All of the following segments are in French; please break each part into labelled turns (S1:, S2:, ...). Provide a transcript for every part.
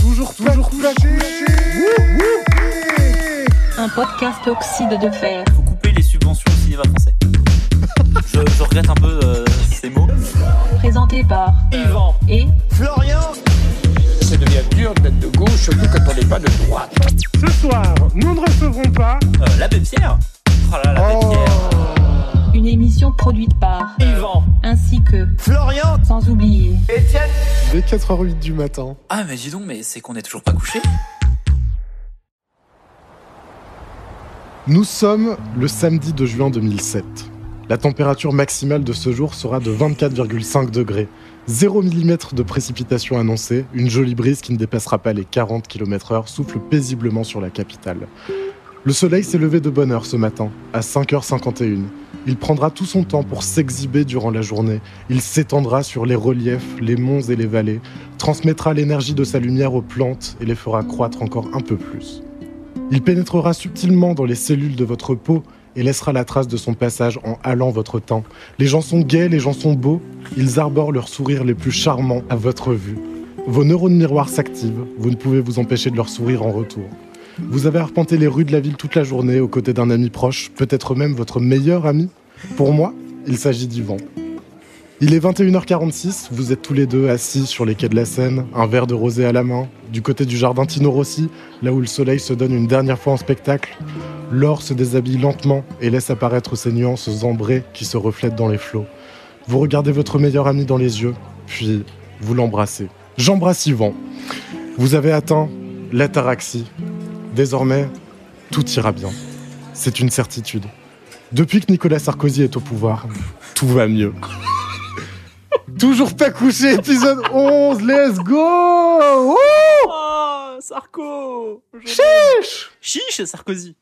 S1: Toujours, toujours soulagé. Wouh, wouh.
S2: Un podcast oxyde de fer.
S3: faut couper les subventions au cinéma français. je, je regrette un peu euh, ces mots.
S2: Présenté par
S3: Yvan,
S2: et
S3: Florian,
S4: Ça devient dur d'être de gauche, surtout quand on n'est pas de droite.
S1: Ce soir, nous ne recevrons pas.
S3: euh, l'abbé Pierre. Oh là là, l'abbé Pierre.
S2: une émission produite par
S3: Oh. Yvan,
S2: ainsi que
S3: Florian.
S2: sans oublier
S1: Dès 4h08 du matin.
S3: Ah mais dis donc, mais c'est qu'on est toujours pas couché.
S1: Nous sommes le samedi de juin 2007. La température maximale de ce jour sera de 24,5 degrés. 0 mm de précipitation annoncée, une jolie brise qui ne dépassera pas les 40 km/h souffle paisiblement sur la capitale. Le soleil s'est levé de bonne heure ce matin, à 5h51. Il prendra tout son temps pour s'exhiber durant la journée. Il s'étendra sur les reliefs, les monts et les vallées, transmettra l'énergie de sa lumière aux plantes et les fera croître encore un peu plus. Il pénétrera subtilement dans les cellules de votre peau et laissera la trace de son passage en halant votre teint. Les gens sont gais, les gens sont beaux, ils arborent leurs sourires les plus charmants à votre vue. Vos neurones miroirs s'activent, vous ne pouvez vous empêcher de leur sourire en retour. Vous avez arpenté les rues de la ville toute la journée aux côtés d'un ami proche, peut-être même votre meilleur ami. Pour moi, il s'agit d'Yvan. Il est 21h46, vous êtes tous les deux assis sur les quais de la Seine, un verre de rosé à la main, du côté du jardin Tino Rossi, là où le soleil se donne une dernière fois en spectacle. L'or se déshabille lentement et laisse apparaître ses nuances ambrées qui se reflètent dans les flots. Vous regardez votre meilleur ami dans les yeux, puis vous l'embrassez. J'embrasse Yvan. Vous avez atteint l'ataraxie. Désormais, tout ira bien. C'est une certitude. Depuis que Nicolas Sarkozy est au pouvoir, tout va mieux. Toujours pas couché, épisode 11, let's go! Wouh
S3: Oh, Sarko. Chiche, Sarkozy.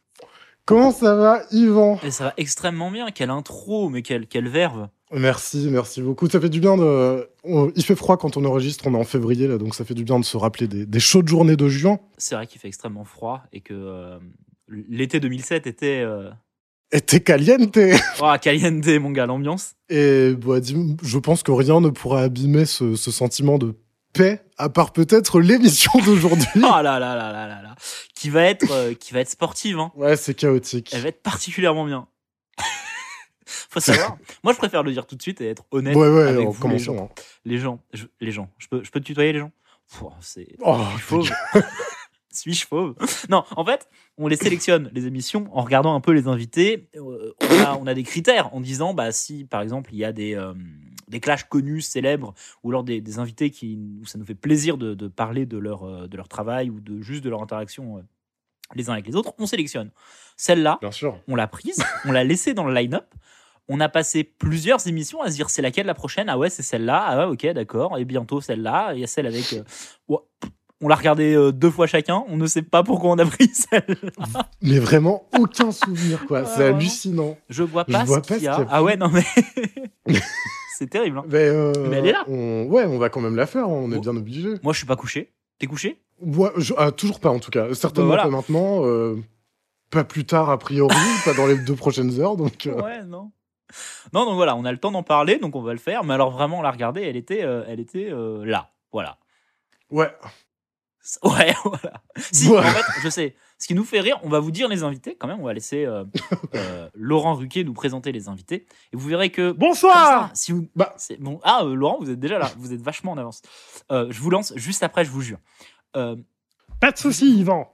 S1: Comment ça va, Yvan
S3: Et ça va extrêmement bien. Quelle intro, mais quelle quelle verve.
S1: Merci, merci beaucoup. Ça fait du bien de. on- Il fait froid quand on enregistre, on est en février, là, donc ça fait du bien de se rappeler des, des chaudes journées de juin.
S3: C'est vrai qu'il fait extrêmement froid et que euh, l'été 2007 était euh...
S1: Et t'es caliente
S3: oh, caliente, mon gars, l'ambiance.
S1: Et bah, dis- je pense que rien ne pourra abîmer ce, ce sentiment de paix, à part peut-être l'émission d'aujourd'hui.
S3: Oh là là là là là là. Qui va être euh, qui va être sportive. Hein.
S1: Ouais, c'est chaotique.
S3: elle va être particulièrement bien. Faut savoir. Moi, je préfère le dire tout de suite et être honnête
S1: Ouais, ouais,
S3: avec vous,
S1: en
S3: les gens.
S1: commençant. hein.
S3: Les gens, je, les gens. Je peux, je peux te tutoyer les gens. Pouah, c'est
S1: Oh,
S3: je suis fauve. Suis-je fauve Non, en fait, on les sélectionne les émissions en regardant un peu les invités. Euh, on, a, on a des critères en disant, bah si par exemple il y a des euh, des clashs connus, célèbres, ou alors des, des invités qui, où ça nous fait plaisir de, de parler de leur, euh, de leur travail ou de juste de leur interaction euh, les uns avec les autres, on sélectionne. Celle-là,
S1: Bien sûr.
S3: on l'a prise, on l'a laissée dans le line-up. On a passé plusieurs émissions à se dire c'est laquelle la prochaine Ah ouais, c'est celle-là. Ah ouais, ok, d'accord. Et bientôt celle-là. Il y a celle avec. euh, ouais, pff, On l'a regardée euh, deux fois chacun. On ne sait pas pourquoi on a pris celle.
S1: Mais vraiment, aucun souvenir, quoi.
S3: Ouais,
S1: c'est
S3: vraiment.
S1: hallucinant.
S3: Je vois
S1: Je
S3: pas
S1: vois
S3: ce
S1: pas
S3: qu'il y
S1: ce
S3: a.
S1: qu'il y a.
S3: Ah ouais, non mais. c'est terrible. hein.
S1: Mais, euh,
S3: Mais elle est là.
S1: on- Ouais, on va quand même la faire, hein. on est
S3: Oh.
S1: bien obligé.
S3: Moi, je suis pas couché. T'es couché
S1: Ouais, je- ah, toujours pas en tout cas. Certainement
S3: Bah voilà.
S1: pas maintenant. euh, pas plus tard a priori, pas dans les deux prochaines heures. Donc euh,
S3: Ouais, non. Non, donc voilà, on a le temps d'en parler, donc on va le faire. Mais alors vraiment, on l'a regardée. Elle était, euh, elle était euh, là. Voilà.
S1: ouais.
S3: Ouais, voilà. Si,
S1: Ouais.
S3: en fait, je sais. Ce qui nous fait rire, on va vous dire les invités quand même. On va laisser euh, euh, Laurent Ruquier nous présenter les invités. Et vous verrez que. comme
S1: Bonsoir.
S3: ça, si vous...
S1: Bah.
S3: c'est bon. Ah, euh, Laurent, vous êtes déjà là. Vous êtes vachement en avance. Euh, je vous lance juste après, je vous jure. Euh,
S1: Pas de soucis, Yvan.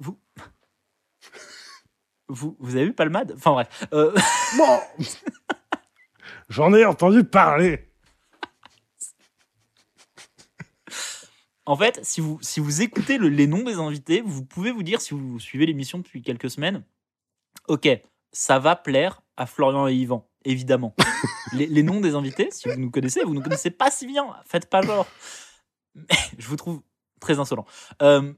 S3: vous, vous avez vu Palmade Enfin bref. Euh,
S1: Bon. J'en ai entendu parler.
S3: En fait, si vous, si vous écoutez le- les noms des invités, vous pouvez vous dire, si vous suivez l'émission depuis quelques semaines, ok, ça va plaire à Florian et Yvan, évidemment. les, les noms des invités, si vous nous connaissez, vous ne nous connaissez pas si bien, faites pas genre. Mais Je vous trouve très insolent. Euh,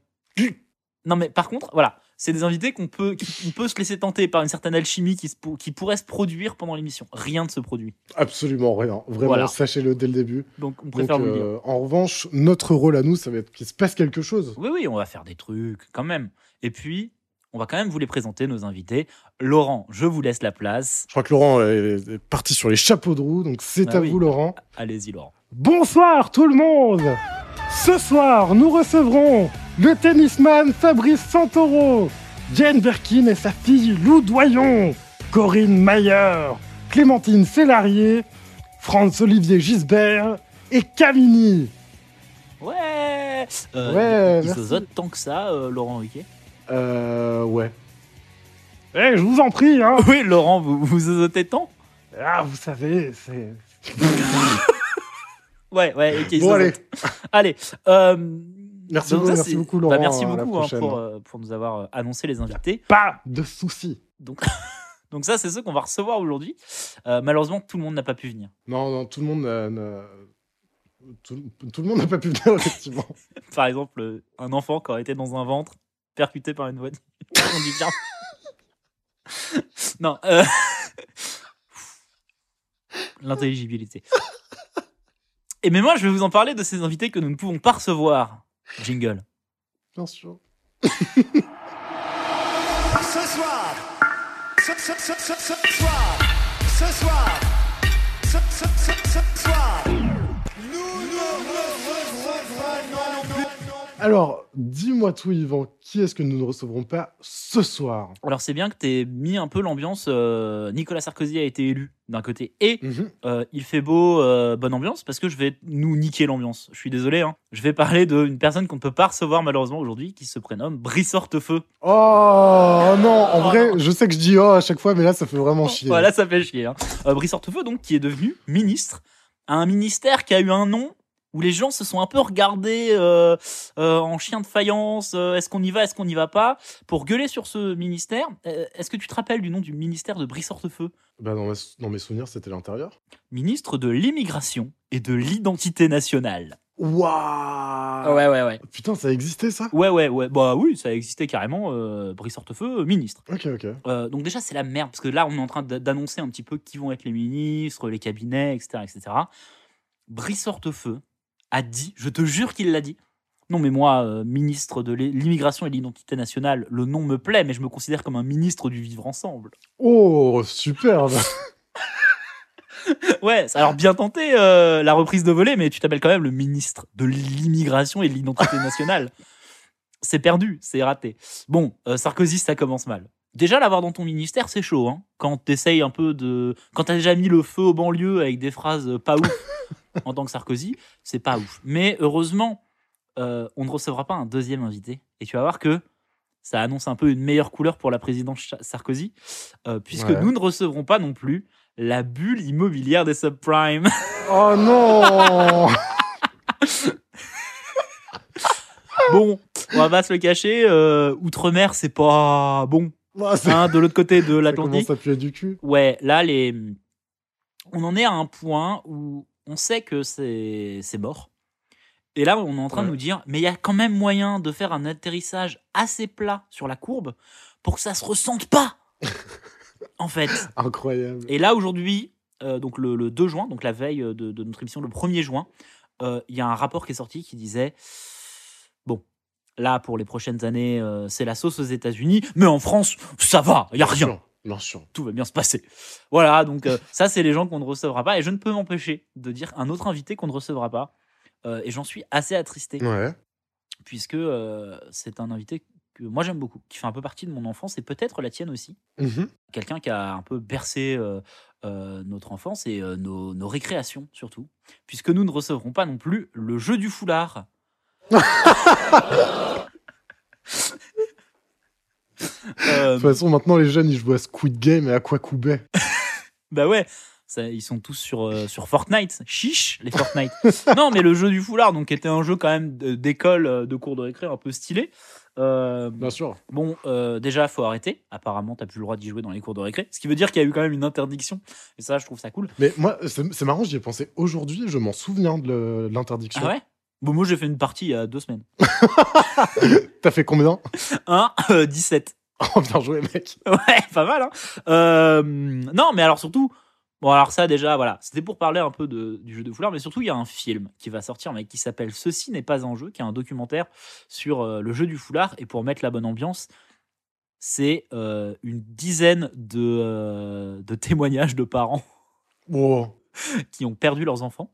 S3: non, mais par contre, voilà, c'est des invités qu'on peut, qui- on peut se laisser tenter par une certaine alchimie qui, se pour- qui pourrait se produire pendant l'émission. Rien ne se produit.
S1: Absolument rien. Vraiment,
S3: Voilà.
S1: sachez-le dès le début.
S3: Donc, on
S1: Donc,
S3: préfère vous le dire.
S1: euh, en revanche, notre rôle à nous, ça va être qu'il se passe quelque chose.
S3: Oui, oui, on va faire des trucs quand même. Et puis, on va quand même vous les présenter, nos invités. Laurent, je vous laisse la place.
S1: Je crois que Laurent euh, est est parti sur les chapeaux de roue, donc c'est
S3: Bah
S1: à
S3: oui.
S1: vous, Laurent.
S3: Allez-y, Laurent.
S5: Bonsoir tout le monde Ce soir, nous recevrons
S1: le tennisman Fabrice Santoro, Jane Birkin et sa fille Lou Doyon, Corinne Mayer, Clémentine Sélarié, Franz-Olivier Gisbert et Camini.
S3: Ouais euh,
S1: Ouais,
S3: Il
S1: merci.
S3: se zote tant que ça, euh, Laurent Riquet.
S1: Euh, ouais. Eh, je vous en prie, hein
S3: Oui, Laurent, vous vous zotez tant
S1: Ah, vous savez, c'est...
S3: Ouais, ouais, ok. il
S1: Bon,
S3: se
S1: allez.
S3: zote. Allez. euh,
S1: Merci
S3: donc
S1: beaucoup,
S3: ça,
S1: merci
S3: c'est-
S1: beaucoup,
S3: bah,
S1: Laurent,
S3: merci
S1: à la
S3: beaucoup hein,
S1: prochaine.
S3: pour, euh, pour nous avoir euh, annoncé les invités.
S1: Pas de soucis.
S3: Donc, donc ça, c'est ceux qu'on va recevoir aujourd'hui. Euh, malheureusement, tout le monde n'a pas pu venir.
S1: Non, non, tout le monde... euh, ne- Tout, tout le monde n'a pas pu venir, effectivement.
S3: Par exemple, euh, un enfant qui aurait été dans un ventre percuté par une voiture. On dit bien. non. euh, L'intelligibilité. Et mais moi, je vais vous en parler de ces invités que nous ne pouvons pas recevoir. Jingle.
S1: Bien sûr.
S5: Ce soir, ce, ce, ce, ce, ce soir, ce soir, ce, ce, ce, ce soir, nous ne revoilà
S1: Alors, dis-moi tout, Yvan, qui est-ce que nous ne recevrons pas ce soir
S3: Alors, c'est bien que tu mis un peu l'ambiance. euh, Nicolas Sarkozy a été élu d'un côté et euh, il fait beau, euh, bonne ambiance, parce que je vais nous niquer l'ambiance. Je suis désolé. hein. Je vais parler d'une personne qu'on ne peut pas recevoir malheureusement aujourd'hui qui se prénomme Brice Hortefeux.
S1: Oh non, en
S3: Oh,
S1: vrai,
S3: non.
S1: je sais que je dis oh à chaque fois, mais là, ça fait vraiment chier.
S3: Voilà, ça fait chier. hein. Euh, Brice Hortefeux, donc, qui est devenu ministre, à un ministère qui a eu un nom où les gens se sont un peu regardés euh, euh, en chien de faïence, euh, est-ce qu'on y va, est-ce qu'on n'y va pas, pour gueuler sur ce ministère. Euh, est-ce que tu te rappelles du nom du ministère de Brice Hortefeux
S1: Bah, dans, mes- dans mes souvenirs, c'était l'intérieur.
S3: Ministre de l'immigration et de l'identité nationale.
S1: Waouh
S3: Ah Ouais, ouais, ouais.
S1: Putain, ça existait, ça
S3: Ouais, ouais, ouais. Bah oui, ça existait carrément, euh, Brice Hortefeux, euh, ministre.
S1: Ok, ok.
S3: Euh, donc déjà, c'est la merde, parce que là, on est en train d'a- d'annoncer un petit peu qui vont être les ministres, les cabinets, etc. etc. Brice Hortefeux a dit, je te jure qu'il l'a dit, non mais moi, euh, ministre de l'é- l'immigration et de l'identité nationale, le nom me plaît, mais je me considère comme un ministre du vivre ensemble.
S1: Oh, superbe
S3: ouais, ça- alors bien tenté euh, la reprise de volet, mais tu t'appelles quand même le ministre de l'immigration et de l'identité nationale. C'est perdu, c'est raté. Bon, euh, Sarkozy, ça commence mal. Déjà, l'avoir dans ton ministère, c'est chaud. Hein quand t'essayes un peu de. Quand t'as déjà mis le feu aux banlieues avec des phrases pas ouf en tant que Sarkozy, c'est pas ouf. Mais heureusement, euh, on ne recevra pas un deuxième invité. Et tu vas voir que ça annonce un peu une meilleure couleur pour la présidence Cha- Sarkozy, euh, puisque
S1: Ouais.
S3: nous ne recevrons pas non plus la bulle immobilière des subprimes.
S1: Oh non
S3: bon, on va pas se le cacher, euh, outre-mer, c'est pas bon.
S1: Ouah, ça-
S3: Hein, de l'autre côté de
S1: Ça commence
S3: l'Atlantique.
S1: à puer du cul.
S3: Ouais, là, les... mmh, on en est à un point où on sait que c'est c'est mort. Et là, on est en train de
S1: Ouais.
S3: nous dire, mais il y a quand même moyen de faire un atterrissage assez plat sur la courbe pour que ça se ressente pas. en fait.
S1: Incroyable.
S3: Et là, aujourd'hui, euh, donc le, le 2 juin, donc la veille euh, de, de notre émission, le 1er juin, euh, il y a un rapport qui est sorti qui disait Bon, là, pour les prochaines années, euh, c'est la sauce aux États-Unis, mais en France, ça va, il n'y a rien,
S1: Bien sûr.
S3: tout va bien se passer. Voilà, donc euh, ça, c'est les gens qu'on ne recevra pas. Et je ne peux m'empêcher de dire un autre invité qu'on ne recevra pas. Euh, et j'en suis assez attristé,
S1: Ouais.
S3: puisque euh, c'est un invité que moi j'aime beaucoup, qui fait un peu partie de mon enfance et peut-être la tienne aussi
S1: Mhm.
S3: quelqu'un qui a un peu bercé euh, euh, notre enfance et euh, nos, nos récréations surtout, puisque nous ne recevrons pas non plus le jeu du foulard. Euh,
S1: De toute façon, maintenant, les jeunes, ils jouent à Squid Game et à Quacoubet.
S3: bah ouais, ça- ils sont tous sur, euh, sur Fortnite. Chiche, les Fortnite. non, mais le jeu du foulard, donc qui était un jeu quand même d- d'école, euh, de cours de récré un peu stylé. Euh,
S1: Bien sûr.
S3: Bon, euh, déjà, faut arrêter. Apparemment, t'as plus le droit d'y jouer dans les cours de récré. Ce qui veut dire qu'il y a eu quand même une interdiction. Et ça, je trouve ça cool.
S1: Mais moi, c'est c'est marrant, j'y ai pensé aujourd'hui, je m'en souviens de le- de l'interdiction.
S3: Ah ouais Bon, moi, j'ai fait une partie il y a deux semaines.
S1: T'as fait combien
S3: 1, euh, 17.
S1: Oh, bien joué, mec.
S3: Ouais, pas mal, hein Euh, Non, mais alors surtout... Bon, alors ça, déjà, voilà. C'était pour parler un peu de- du jeu de foulard, mais surtout, il y a un film qui va sortir, mais qui s'appelle « Ceci n'est pas un jeu », qui est un documentaire sur euh, le jeu du foulard. Et pour mettre la bonne ambiance, c'est euh, une dizaine de, euh, de témoignages de parents
S1: Wow.
S3: qui ont perdu leurs enfants.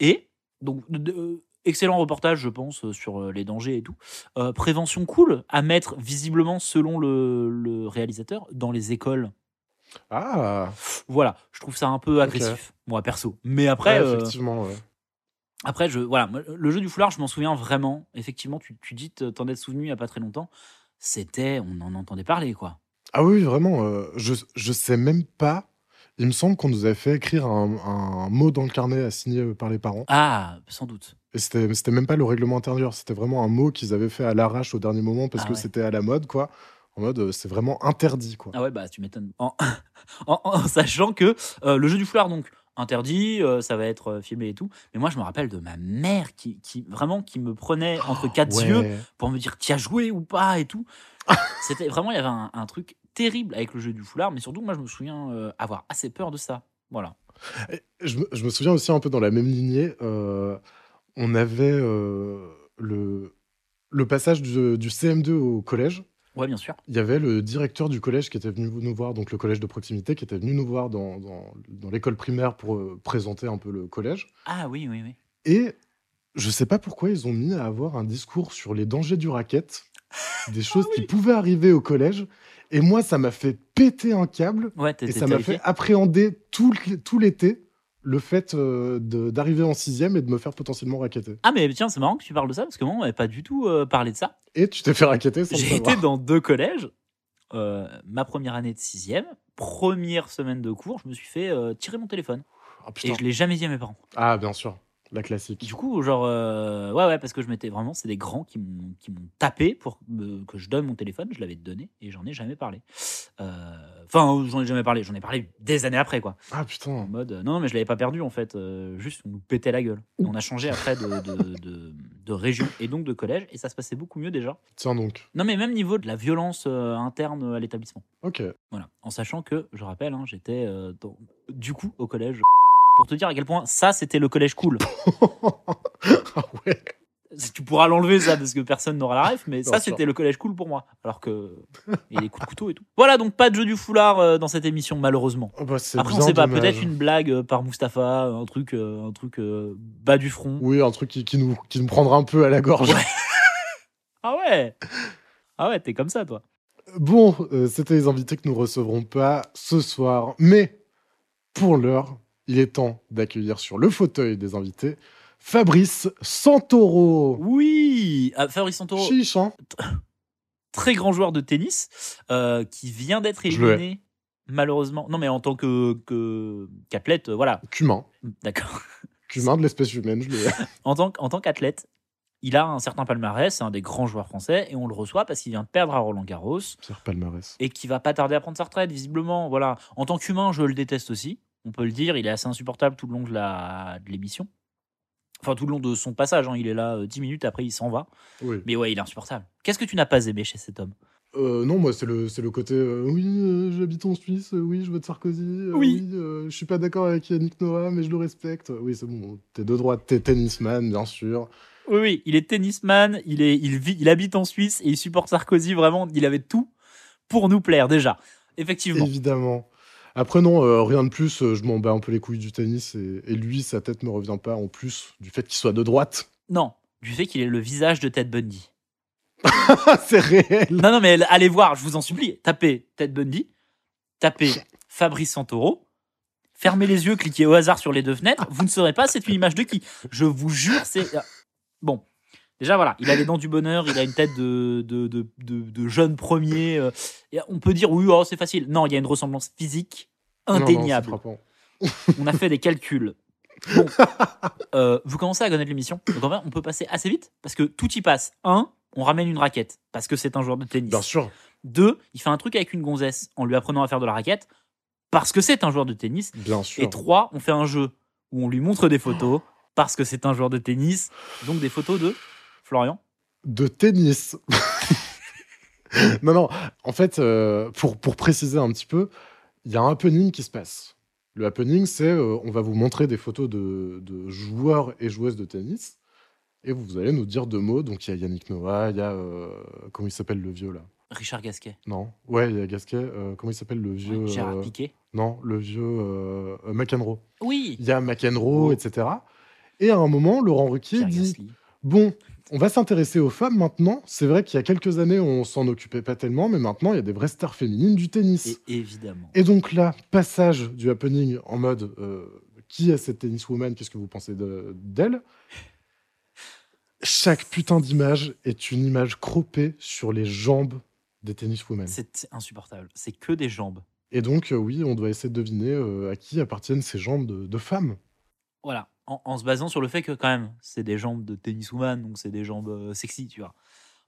S3: Et donc, de- de- Excellent reportage, je pense, euh, sur euh, les dangers et tout. Euh, prévention cool à mettre, visiblement, selon le, le réalisateur, dans les écoles.
S1: Ah,
S3: Voilà, je trouve ça un peu agressif, moi, perso. Mais après,
S1: ouais,
S3: euh,
S1: effectivement, ouais.
S3: Après, je, voilà, moi, le jeu du foulard, je m'en souviens vraiment. Effectivement, tu, tu dis, t- t'en es souvenu il n'y a pas très longtemps. C'était, on en entendait parler, quoi.
S1: Ah oui, vraiment, euh, je, je sais même pas. Il me semble qu'on nous avait fait écrire un, un mot dans le carnet à signer par les parents.
S3: Ah, sans doute.
S1: Et c'était c'était même pas le règlement intérieur, c'était vraiment un mot qu'ils avaient fait à l'arrache au dernier moment parce
S3: Ah
S1: que
S3: ouais.
S1: c'était à la mode, quoi. En mode, euh, c'est vraiment interdit, quoi.
S3: Ah ouais, bah, tu m'étonnes. En, en- en sachant que euh, le jeu du foulard, donc, interdit, euh, ça va être euh, filmé et tout. Mais moi, je me rappelle de ma mère qui, qui vraiment, qui me prenait entre quatre
S1: Ouais.
S3: yeux pour me dire, t'y as joué ou pas et tout. C'était vraiment, il y avait un, un truc terrible avec le jeu du foulard, mais surtout, moi, je me souviens euh, avoir assez peur de ça. Voilà.
S1: Et Je, me- je me souviens aussi un peu dans la même lignée, euh, on avait euh, le, le passage du, du CM2 au collège.
S3: Ouais, bien sûr.
S1: Il y avait le directeur du collège qui était venu nous voir, donc le collège de proximité, qui était venu nous voir dans, dans- dans l'école primaire pour euh, présenter un peu le collège.
S3: Ah oui, oui, oui.
S1: Et je sais pas pourquoi ils ont mis à avoir un discours sur les dangers du racket, des choses qui pouvaient arriver au collège. Et moi, ça m'a fait péter un câble
S3: Ouais,
S1: et
S3: t'étais
S1: ça m'a
S3: terrifié.
S1: fait appréhender tout, l- tout l'été le fait euh, de- d'arriver en sixième et de me faire potentiellement racketter.
S3: Ah mais tiens, c'est marrant que tu parles de ça parce que moi on m'avait pas du tout euh, parlé de ça.
S1: Et tu t'es fait racketter sans le
S3: J'ai été
S1: savoir.
S3: dans deux collèges. Euh, ma première année de sixième, première semaine de cours, je me suis fait euh, tirer mon téléphone
S1: Ah, putain.
S3: et je l'ai jamais dit à mes parents.
S1: Ah, bien sûr, la classique.
S3: Du coup, genre euh, ouais ouais parce que je m'étais vraiment, c'est des grands qui m'ont qui m'ont tapé pour me- que je donne mon téléphone. Je l'avais donné et j'en ai jamais parlé. Euh, Enfin, j'en ai jamais parlé. J'en ai parlé des années après quoi.
S1: Ah
S3: En
S1: putain.
S3: mode, euh, non, non, mais je l'avais pas perdu en fait. euh, juste, on nous pétait la gueule. Et on a changé après de, de, de- de région et donc de collège, et ça se passait beaucoup mieux déjà.
S1: Tiens donc.
S3: Non, mais même niveau de la violence euh, interne à l'établissement.
S1: Ok.
S3: Voilà. En sachant que, je rappelle, hein, j'étais euh, dans- du coup au collège. Pour te dire à quel point ça, c'était le collège cool.
S1: ah ouais.
S3: Tu pourras l'enlever ça parce que personne n'aura la ref, mais ça
S1: Bien sûr.
S3: c'était le collège cool pour moi. Alors que il y a des coups de couteau et tout. Voilà donc pas de jeu du foulard euh, dans cette émission malheureusement.
S1: Oh, bah, c'est
S3: Après, on
S1: bien
S3: sait pas,
S1: dommage.
S3: peut-être une blague euh, par Mustapha, un truc, euh, un truc euh, bas du front.
S1: Oui, un truc qui, qui nous, qui nous prendra un peu à la gorge.
S3: Ah ouais Ah ouais, t'es comme ça, toi.
S1: Bon, euh, c'était les invités que nous recevrons pas ce soir, mais pour l'heure, il est temps d'accueillir sur le fauteuil des invités Fabrice Santoro.
S3: Oui Ah, Fabrice Santoro,
S1: Chiche, hein
S3: très grand joueur de tennis, euh, qui vient d'être
S1: Je l'ai.
S3: éliminé, malheureusement. Non, mais en tant que que- qu'athlète, euh, voilà,
S1: Cumin.
S3: d'accord.
S1: Cumin de l'espèce humaine, je l'ai.
S3: En tant que- en tant qu'athlète, il a un certain palmarès, c'est un des grands joueurs français, et on le reçoit parce qu'il vient de perdre à Roland Garros,
S1: Pierre Palmarès.
S3: et qui va pas tarder à prendre sa retraite, visiblement. Voilà. En tant qu'humain, je le déteste aussi. On peut le dire, il est assez insupportable tout le long de la- de l'émission. Enfin, tout le long de son passage, hein. il est là euh, 10 minutes, après il s'en va.
S1: Oui.
S3: Mais ouais, il est insupportable. Qu'est-ce que tu n'as pas aimé chez cet homme
S1: Euh, non, moi, c'est le, c'est le côté euh, oui, euh, j'habite en Suisse, euh, oui, je vote Sarkozy, euh,
S3: Oui.
S1: oui, euh, je suis pas d'accord avec Yannick Noah, mais je le respecte. Oui, c'est bon, t'es de droite, t'es tennisman, bien sûr.
S3: Oui, oui, il est tennisman, il, est, il, vit, il habite en Suisse et il supporte Sarkozy, vraiment, il avait tout pour nous plaire déjà. Effectivement.
S1: Évidemment. Après, non, euh, rien de plus. euh, je m'en bats un peu les couilles du tennis et, et lui, sa tête me revient pas en plus du fait qu'il soit de droite.
S3: Non, du fait qu'il est le visage de Ted Bundy.
S1: Ah, c'est réel.
S3: Non, non, mais allez voir, je vous en supplie. Tapez Ted Bundy, tapez Fabrice Santoro, fermez les yeux, cliquez au hasard sur les deux fenêtres, vous ne saurez pas c'est une image de qui. Je vous jure, c'est. ah. Bon. Déjà, voilà, il a les dents du bonheur, il a une tête de, de, de, de- de jeune premier. euh, et on peut dire, oui, oh, c'est facile. Non, il y a une ressemblance physique
S1: Non, non, c'est
S3: indéniable.
S1: frappant.
S3: on a fait des calculs. Bon, Euh, vous commencez à connaître l'émission. Donc, en vrai, on peut passer assez vite parce que tout y passe. Un, on ramène une raquette parce que c'est un joueur de tennis.
S1: Bien sûr.
S3: Deux, il fait un truc avec une gonzesse en lui apprenant à faire de la raquette parce que c'est un joueur de tennis.
S1: Bien
S3: Et
S1: sûr.
S3: trois, on fait un jeu où on lui montre des photos parce que c'est un joueur de tennis. Donc des photos de Florian.
S1: De tennis. non, non. En fait, euh, pour, pour préciser un petit peu, il y a un happening qui se passe. Le happening, c'est euh, on va vous montrer des photos de, de joueurs et joueuses de tennis et vous allez nous dire deux mots. Donc, il y a Yannick Noah, il y a. euh, comment il s'appelle le vieux là
S3: Richard Gasquet.
S1: Non. Ouais, il y a Gasquet. euh, comment il s'appelle le vieux
S3: Ouais, Gérard
S1: euh,
S3: Piquet.
S1: Non, le vieux euh, euh, McEnroe.
S3: Oui.
S1: Il y a McEnroe,
S3: Oh.
S1: etc. Et à un moment, Laurent Ruquier
S3: Pierre
S1: dit
S3: Gasly.
S1: Bon, on va s'intéresser aux femmes maintenant. C'est vrai qu'il y a quelques années, on s'en occupait pas tellement, mais maintenant, il y a des vraies stars féminines du tennis.
S3: Et évidemment.
S1: Et donc là, passage du happening en mode euh, qui est cette tenniswoman Qu'est-ce que vous pensez de- d'elle Chaque putain d'image est une image croppée sur les jambes des tenniswomen.
S3: C'est insupportable. C'est que des jambes.
S1: Et donc, euh, oui, on doit essayer de deviner euh, à qui appartiennent ces jambes de, de femmes.
S3: Voilà. En, en se basant sur le fait que, quand même, c'est des jambes de tenniswoman, donc c'est des jambes euh, sexy, tu vois.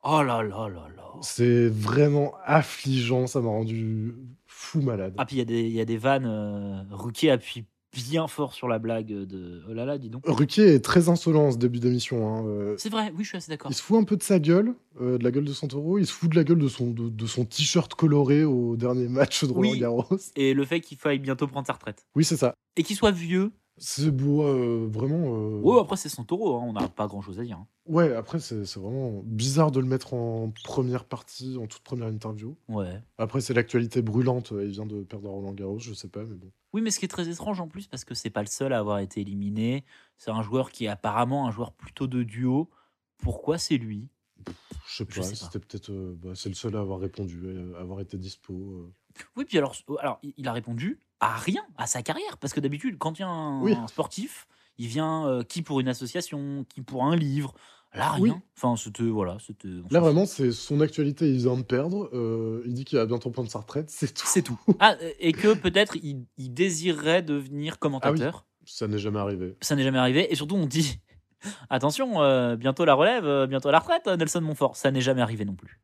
S3: Oh là là là là.
S1: C'est vraiment affligeant, ça m'a rendu fou malade.
S3: Ah, puis il y, a des- il y a des vannes. euh, Ruquier appuie bien fort sur la blague de. Oh là là, dis donc.
S1: Ruquier est très insolent en ce début d'émission. hein, euh,
S3: C'est vrai, oui, je suis assez d'accord.
S1: Il se fout un peu de sa gueule, euh, de la gueule de Santoro. Il se fout de la gueule de son, de, de son t-shirt coloré au dernier match de
S3: Oui.
S1: Roland Garros.
S3: Et le fait qu'il faille bientôt prendre sa retraite.
S1: Oui, c'est ça.
S3: Et qu'il soit vieux.
S1: C'est beau, euh, vraiment. euh,
S3: Oh, après, c'est son taureau, hein, on n'a pas grand chose à dire. hein.
S1: Ouais, après, c'est c'est vraiment bizarre de le mettre en première partie, en toute première interview.
S3: Ouais.
S1: Après, c'est l'actualité brûlante. euh, Il vient de perdre à Roland Garros, je sais pas, mais bon.
S3: Oui, mais ce qui est très étrange en plus, parce que c'est pas le seul à avoir été éliminé. C'est un joueur qui est apparemment un joueur plutôt de duo. Pourquoi c'est lui
S1: Je sais
S3: Je
S1: pas,
S3: sais pas.
S1: c'était peut-être. euh, bah, c'est le seul à avoir répondu, à avoir été dispo. euh.
S3: Oui, puis alors, euh, alors, il- il a répondu à rien à sa carrière, parce que d'habitude, quand il y a un,
S1: Oui.
S3: un sportif, il vient euh, qui pour une association, qui pour un livre. Là, rien.
S1: Oui.
S3: Enfin, c'était voilà, c'était. on s'en
S1: Là,
S3: fout.
S1: vraiment, c'est son actualité. Il vient de perdre. euh, il dit qu'il va bientôt prendre sa retraite. C'est tout.
S3: C'est tout. Ah, et que peut-être il, il désirerait devenir commentateur.
S1: Ça n'est jamais arrivé.
S3: Ça n'est jamais arrivé. Et surtout, on dit attention, euh, bientôt la relève, euh, bientôt la retraite, euh, Nelson Montfort. Ça n'est jamais arrivé non plus.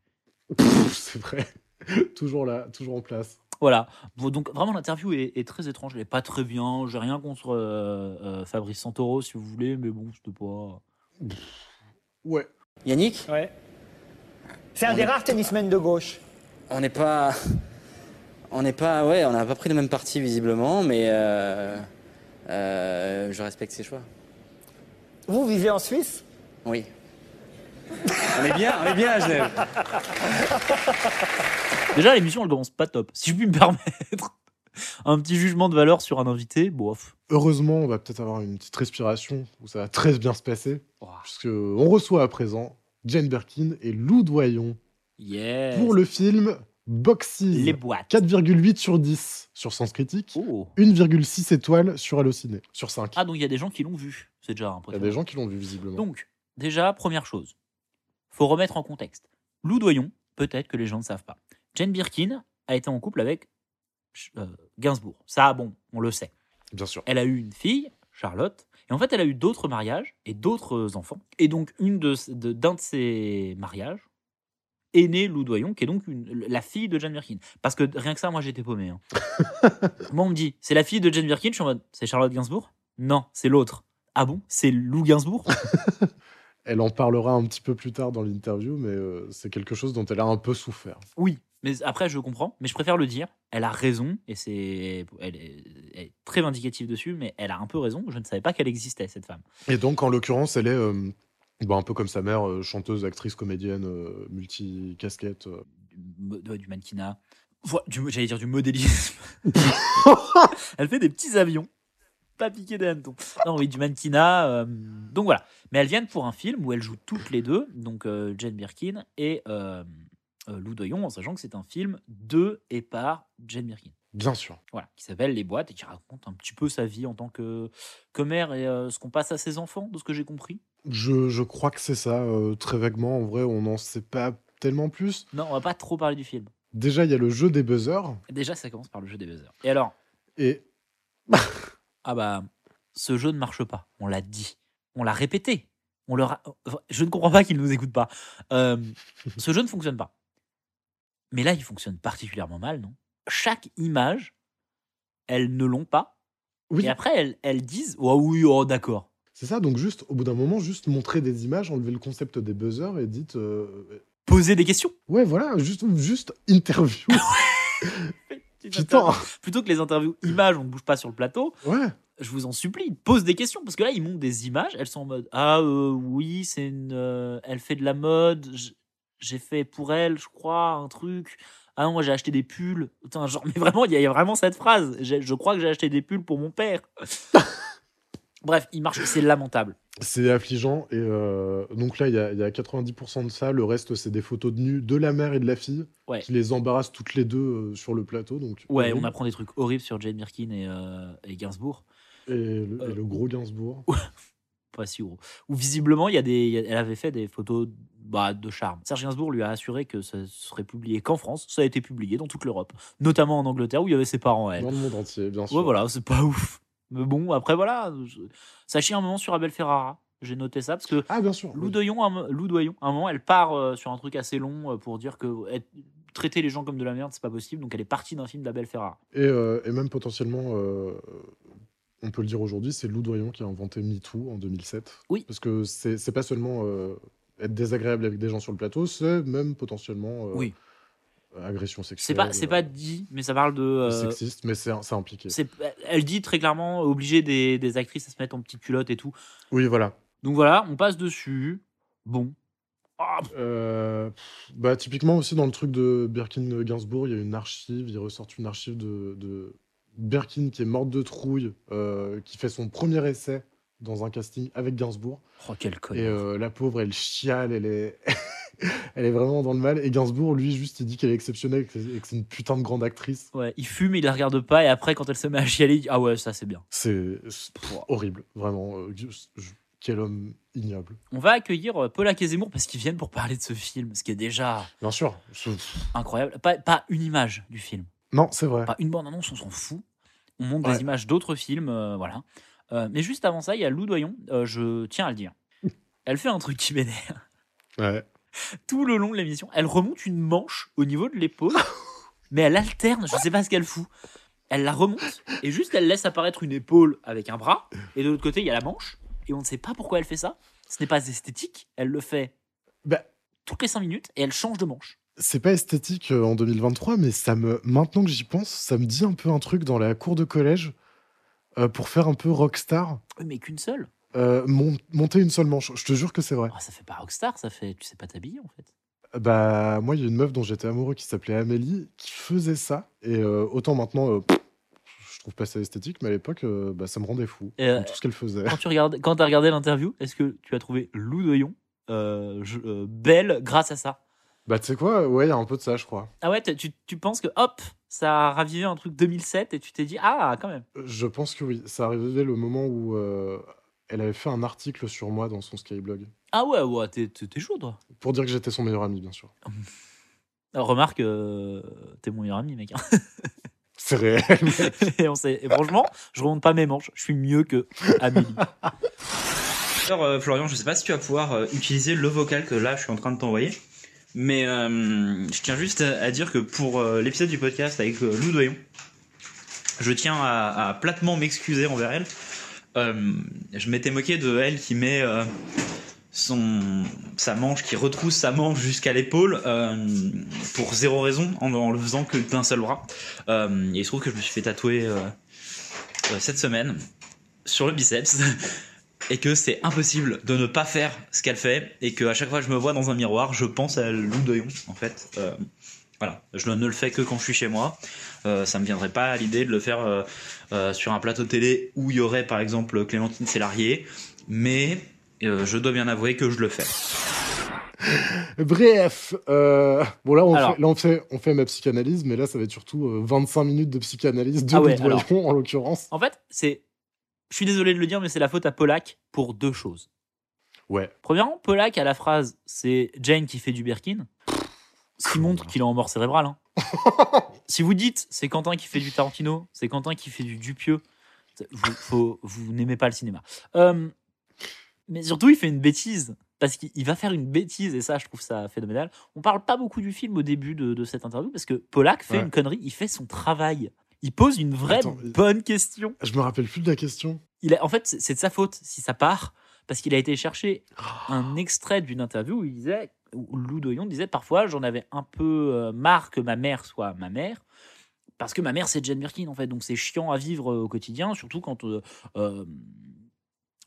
S1: Pff, C'est vrai. toujours là, toujours en place.
S3: Voilà. Bon, donc, vraiment, l'interview est, est très étrange. Elle n'est pas très bien. J'ai rien contre euh, euh, Fabrice Santoro, si vous voulez, mais bon, c'était pas.
S1: Ouais.
S6: Yannick,
S7: Ouais. C'est un des rares tennismen de gauche.
S6: on n'est pas. On n'est pas. Ouais, on n'a pas pris le même parti visiblement, mais. euh, euh, je respecte ses choix.
S7: Vous vivez en Suisse
S6: Oui. On est bien, on est bien à Genève.
S3: Déjà, l'émission, elle commence pas top. Si je puis me permettre, un petit jugement de valeur sur un invité, bof.
S1: Heureusement, on va peut-être avoir une petite respiration où ça va très bien se passer, puisque euh, on reçoit à présent Jane Birkin et Lou Doyon
S3: Yes.
S1: pour le film Boxing.
S3: Les boîtes.
S1: 4,8 sur 10 sur Sens Critique,
S3: Oh.
S1: 1,6 étoiles sur Allociné, sur 5.
S3: Ah, donc il y a des gens qui l'ont vu. C'est déjà
S1: Il y a
S3: impressionnant.
S1: des gens qui l'ont vu visiblement.
S3: Donc, déjà, première chose, faut remettre en contexte. Lou Doyon, peut-être que les gens ne savent pas. Jane Birkin a été en couple avec ch- euh, Gainsbourg. Ça, bon, on le sait.
S1: Bien sûr.
S3: Elle a eu une fille, Charlotte, et en fait, elle a eu d'autres mariages et d'autres enfants. Et donc, une de, ce- de- d'un de ces mariages est née Lou Doyon, qui est donc une- la fille de Jane Birkin. Parce que rien que ça, moi, j'étais paumé. hein. moi, on me dit, c'est la fille de Jane Birkin. Je suis en mode, c'est Charlotte Gainsbourg Non, c'est l'autre. Ah bon C'est Lou Gainsbourg
S1: Elle en parlera un petit peu plus tard dans l'interview, mais euh, c'est quelque chose dont elle a un peu souffert.
S3: Oui, mais après, je comprends, mais je préfère le dire. Elle a raison, et c'est, elle est, elle est très vindicative dessus, mais elle a un peu raison. Je ne savais pas qu'elle existait, cette femme.
S1: Et donc, en l'occurrence, elle est euh, bah, un peu comme sa mère, euh, chanteuse, actrice, comédienne, euh, multi-casquette. euh,
S3: Du, mo- ouais, du mannequinat, Voi- du, j'allais dire du modélisme. elle fait des petits avions, pas piqués des hannetons. Non, oui, du mannequinat. euh, donc voilà. Mais elles viennent pour un film où elles jouent toutes les deux, donc euh, Jane Birkin et euh, euh, Lou Doyon, en sachant que c'est un film de et par Jane Birkin.
S1: bien sûr.
S3: voilà, qui s'appelle Les Boîtes et qui raconte un petit peu sa vie en tant que, que mère et euh, ce qu'on passe à ses enfants, de ce que j'ai compris.
S1: Je, je crois que c'est ça, euh, très vaguement. En vrai, on n'en sait pas tellement plus.
S3: Non, on va pas trop parler du film.
S1: Déjà, il y a le jeu des buzzers.
S3: Déjà, ça commence par le jeu des buzzers. Et alors
S1: Et
S3: Ah bah, ce jeu ne marche pas. On l'a dit. On l'a répété. On leur a- Je ne comprends pas qu'ils ne nous écoutent pas. Euh, ce jeu ne fonctionne pas. Mais là, il fonctionne particulièrement mal, non Chaque image, elles ne l'ont pas.
S1: oui,
S3: Et après, elles, elles disent Oh oui, oh d'accord.
S1: c'est ça. Donc, juste au bout d'un moment, juste montrer des images, enlever le concept des buzzers et dites. euh,
S3: Poser des questions.
S1: Ouais, voilà, juste, juste interview. Putain,
S3: Plutôt que les interviews images, on ne bouge pas sur le plateau.
S1: ouais.
S3: je vous en supplie, pose des questions parce que là ils montent des images, elles sont en mode ah euh, oui c'est une, euh, elle fait de la mode, j- j'ai fait pour elle je crois un truc, ah non moi j'ai acheté des pulls, Putain, genre mais vraiment il y, a- il y a vraiment cette phrase, J'ai- je crois que j'ai acheté des pulls pour mon père. Bref, il marche, c'est lamentable.
S1: C'est affligeant. Et euh, donc là, il y, a- il y a 90% de ça. Le reste, c'est des photos de nu de la mère et de la fille
S3: Ouais.
S1: qui les embarrassent toutes les deux euh, sur le plateau. Donc,
S3: Ouais,
S1: horrible.
S3: on apprend des trucs horribles sur Jane Birkin et, euh, et Gainsbourg.
S1: Et le, et
S3: Euh.
S1: le gros Gainsbourg.
S3: Pas si gros. Où visiblement, il y a des, il y a- elle avait fait des photos bah, de charme. Serge Gainsbourg lui a assuré que ça serait publié qu'en France. Ça a été publié dans toute l'Europe, notamment en Angleterre où il y avait ses parents à elle.
S1: Dans le monde entier, bien sûr.
S3: Ouais, voilà, c'est pas ouf. Mais bon, après, voilà. je- Ça chie un moment sur Abel Ferrara. J'ai noté ça parce que
S1: Ah, bien sûr.
S3: Lou Doyon, un, mo- Lou Doyon, un moment, elle part euh, sur un truc assez long euh, pour dire que être- traiter les gens comme de la merde, c'est pas possible. Donc elle est partie d'un film d'Abel Ferrara.
S1: Et, euh, et même potentiellement, euh, on peut le dire aujourd'hui, c'est Lou Doyon qui a inventé MeToo en 2007.
S3: Oui.
S1: Parce que c'est c'est pas seulement euh, être désagréable avec des gens sur le plateau, c'est même potentiellement euh,
S3: Oui.
S1: agression sexuelle.
S3: C'est pas, c'est pas dit, mais ça parle de.
S1: euh,
S3: euh,
S1: sexiste, mais c'est c'est impliqué.
S3: c'est- elle dit très clairement obliger des, des actrices à se mettre en petite culotte et tout.
S1: Oui, voilà.
S3: Donc voilà, on passe dessus. Bon. Ah, pff,
S1: Euh, pff, bah, typiquement aussi dans le truc de Birkin Gainsbourg, il y a une archive, il ressort une archive de, de Birkin qui est morte de trouille, euh, qui fait son premier essai dans un casting avec Gainsbourg.
S3: oh, quel con.
S1: Et euh, la pauvre, elle chiale, elle est... elle est vraiment dans le mal. Et Gainsbourg, lui, juste, il dit qu'elle est exceptionnelle que c'est- et que c'est une putain de grande actrice.
S3: Ouais, il fume, il la regarde pas, et après, quand elle se met à chialer, il dit Ah ouais, ça c'est bien.
S1: C'est c'est- pff, horrible, vraiment. euh, je- je- Quel homme ignoble.
S3: On va accueillir euh, Paula Zemmour parce qu'ils viennent pour parler de ce film, ce qui est déjà
S1: Bien sûr. je-
S3: incroyable. Pas, pas une image du film,
S1: Non, c'est vrai.
S3: pas une bande-annonce, on s'en fout. On montre
S1: Ouais.
S3: des images d'autres films, euh, voilà. Euh, mais juste avant ça, il y a Lou Doyon, euh, je tiens à le dire. Elle fait un truc qui m'énerve.
S1: Ouais.
S3: Tout le long de l'émission, elle remonte une manche au niveau de l'épaule, mais elle alterne, je sais pas ce qu'elle fout. Elle la remonte et juste elle laisse apparaître une épaule avec un bras, et de l'autre côté, il y a la manche, et on ne sait pas pourquoi elle fait ça. Ce n'est pas esthétique, elle le fait
S1: Bah,
S3: toutes les 5 minutes et elle change de manche.
S1: c'est pas esthétique euh, en 2023, mais ça me, maintenant que j'y pense, ça me dit un peu un truc dans la cour de collège euh, pour faire un peu rockstar.
S3: Oui, Mais qu'une seule.
S1: euh, mon- monter une seule manche, je te jure que c'est vrai.
S3: Ah, ça fait pas rockstar, ça fait tu sais pas t'habiller en fait.
S1: Bah, moi, il y a une meuf dont j'étais amoureux qui s'appelait Amélie qui faisait ça. Et euh, autant maintenant, euh, pff, je trouve pas ça esthétique, mais à l'époque, euh, bah, ça me rendait fou.
S3: Et, euh,
S1: Tout ce qu'elle faisait.
S3: Quand tu regardes, quand as regardé l'interview, est-ce que tu as trouvé Lou Doyon euh, je- euh, belle grâce à ça
S1: Bah, tu sais quoi, ouais, il y a un peu de ça, je crois.
S3: Ah ouais, t'as- tu, tu penses que hop, ça a ravivé un truc 2007 et tu t'es dit ah quand même.
S1: Euh, Je pense que oui. Ça arrivait le moment où euh, elle avait fait un article sur moi dans son Skyblog.
S3: Ah ouais ouais, t'es t'es- t'es chaud toi.
S1: Pour dire que j'étais son meilleur ami, bien sûr.
S3: Alors, Remarque, euh, t'es mon meilleur ami mec. hein.
S1: C'est réel.
S3: et, on sait, et franchement, je remonte pas mes manches, je suis mieux que Amélie.
S8: Alors euh, Florian, je sais pas si tu vas pouvoir euh, utiliser le vocal que là je suis en train de t'envoyer, mais euh, je tiens juste à, à dire que pour euh, l'épisode du podcast avec euh, Lou Doyon, je tiens à, à platement m'excuser envers elle. Euh, je m'étais moqué de elle qui met euh, son sa manche, qui retrousse sa manche jusqu'à l'épaule euh, pour zéro raison en, en le faisant que d'un seul bras. Euh, et il se trouve que je me suis fait tatouer euh, euh, cette semaine sur le biceps et que c'est impossible de ne pas faire ce qu'elle fait et que à chaque fois que je me vois dans un miroir, je pense à Lou Doyon en fait. Euh, voilà, je ne le fais que quand je suis chez moi. Euh, ça me viendrait pas à l'idée de le faire euh, euh, sur un plateau télé où il y aurait par exemple Clémentine Sélarié, mais euh, je dois bien avouer que je le fais.
S1: Bref. euh, bon, là, on,
S3: Alors.
S1: fait, là on, fait, on fait ma psychanalyse, mais là, ça va être surtout euh, 25 minutes de psychanalyse de
S3: Ah ouais,
S1: Lou Doyon, en l'occurrence.
S3: En fait, c'est, je suis désolé de le dire, mais c'est la faute à Polak pour deux choses.
S1: Ouais.
S3: Premièrement, Polak à la phrase c'est Jane qui fait du Birkin, ce qui montre qu'il est en mort cérébrale. hein. si vous dites c'est Quentin qui fait du Tarantino, c'est Quentin qui fait du Dupieux, c'est- vous, faut- vous n'aimez pas le cinéma. Euh, mais surtout, il fait une bêtise. Parce qu'il il va faire une bêtise, et ça, je trouve ça phénoménal. On parle pas beaucoup du film au début de, de cette interview, parce que Polak fait
S1: Ouais.
S3: une connerie, il fait son travail. Il pose une vraie
S1: Attends, il-
S3: bonne question
S1: Je me rappelle plus de la question.
S3: il a, en fait, c'est c'est de sa faute si ça part, parce qu'il a été chercher un extrait d'une interview où il disait, où Lou Doyon disait parfois j'en avais un peu euh, marre que ma mère soit ma mère. Parce que ma mère, c'est Jane Birkin, en fait. Donc, c'est chiant à vivre euh, au quotidien, surtout quand euh, euh,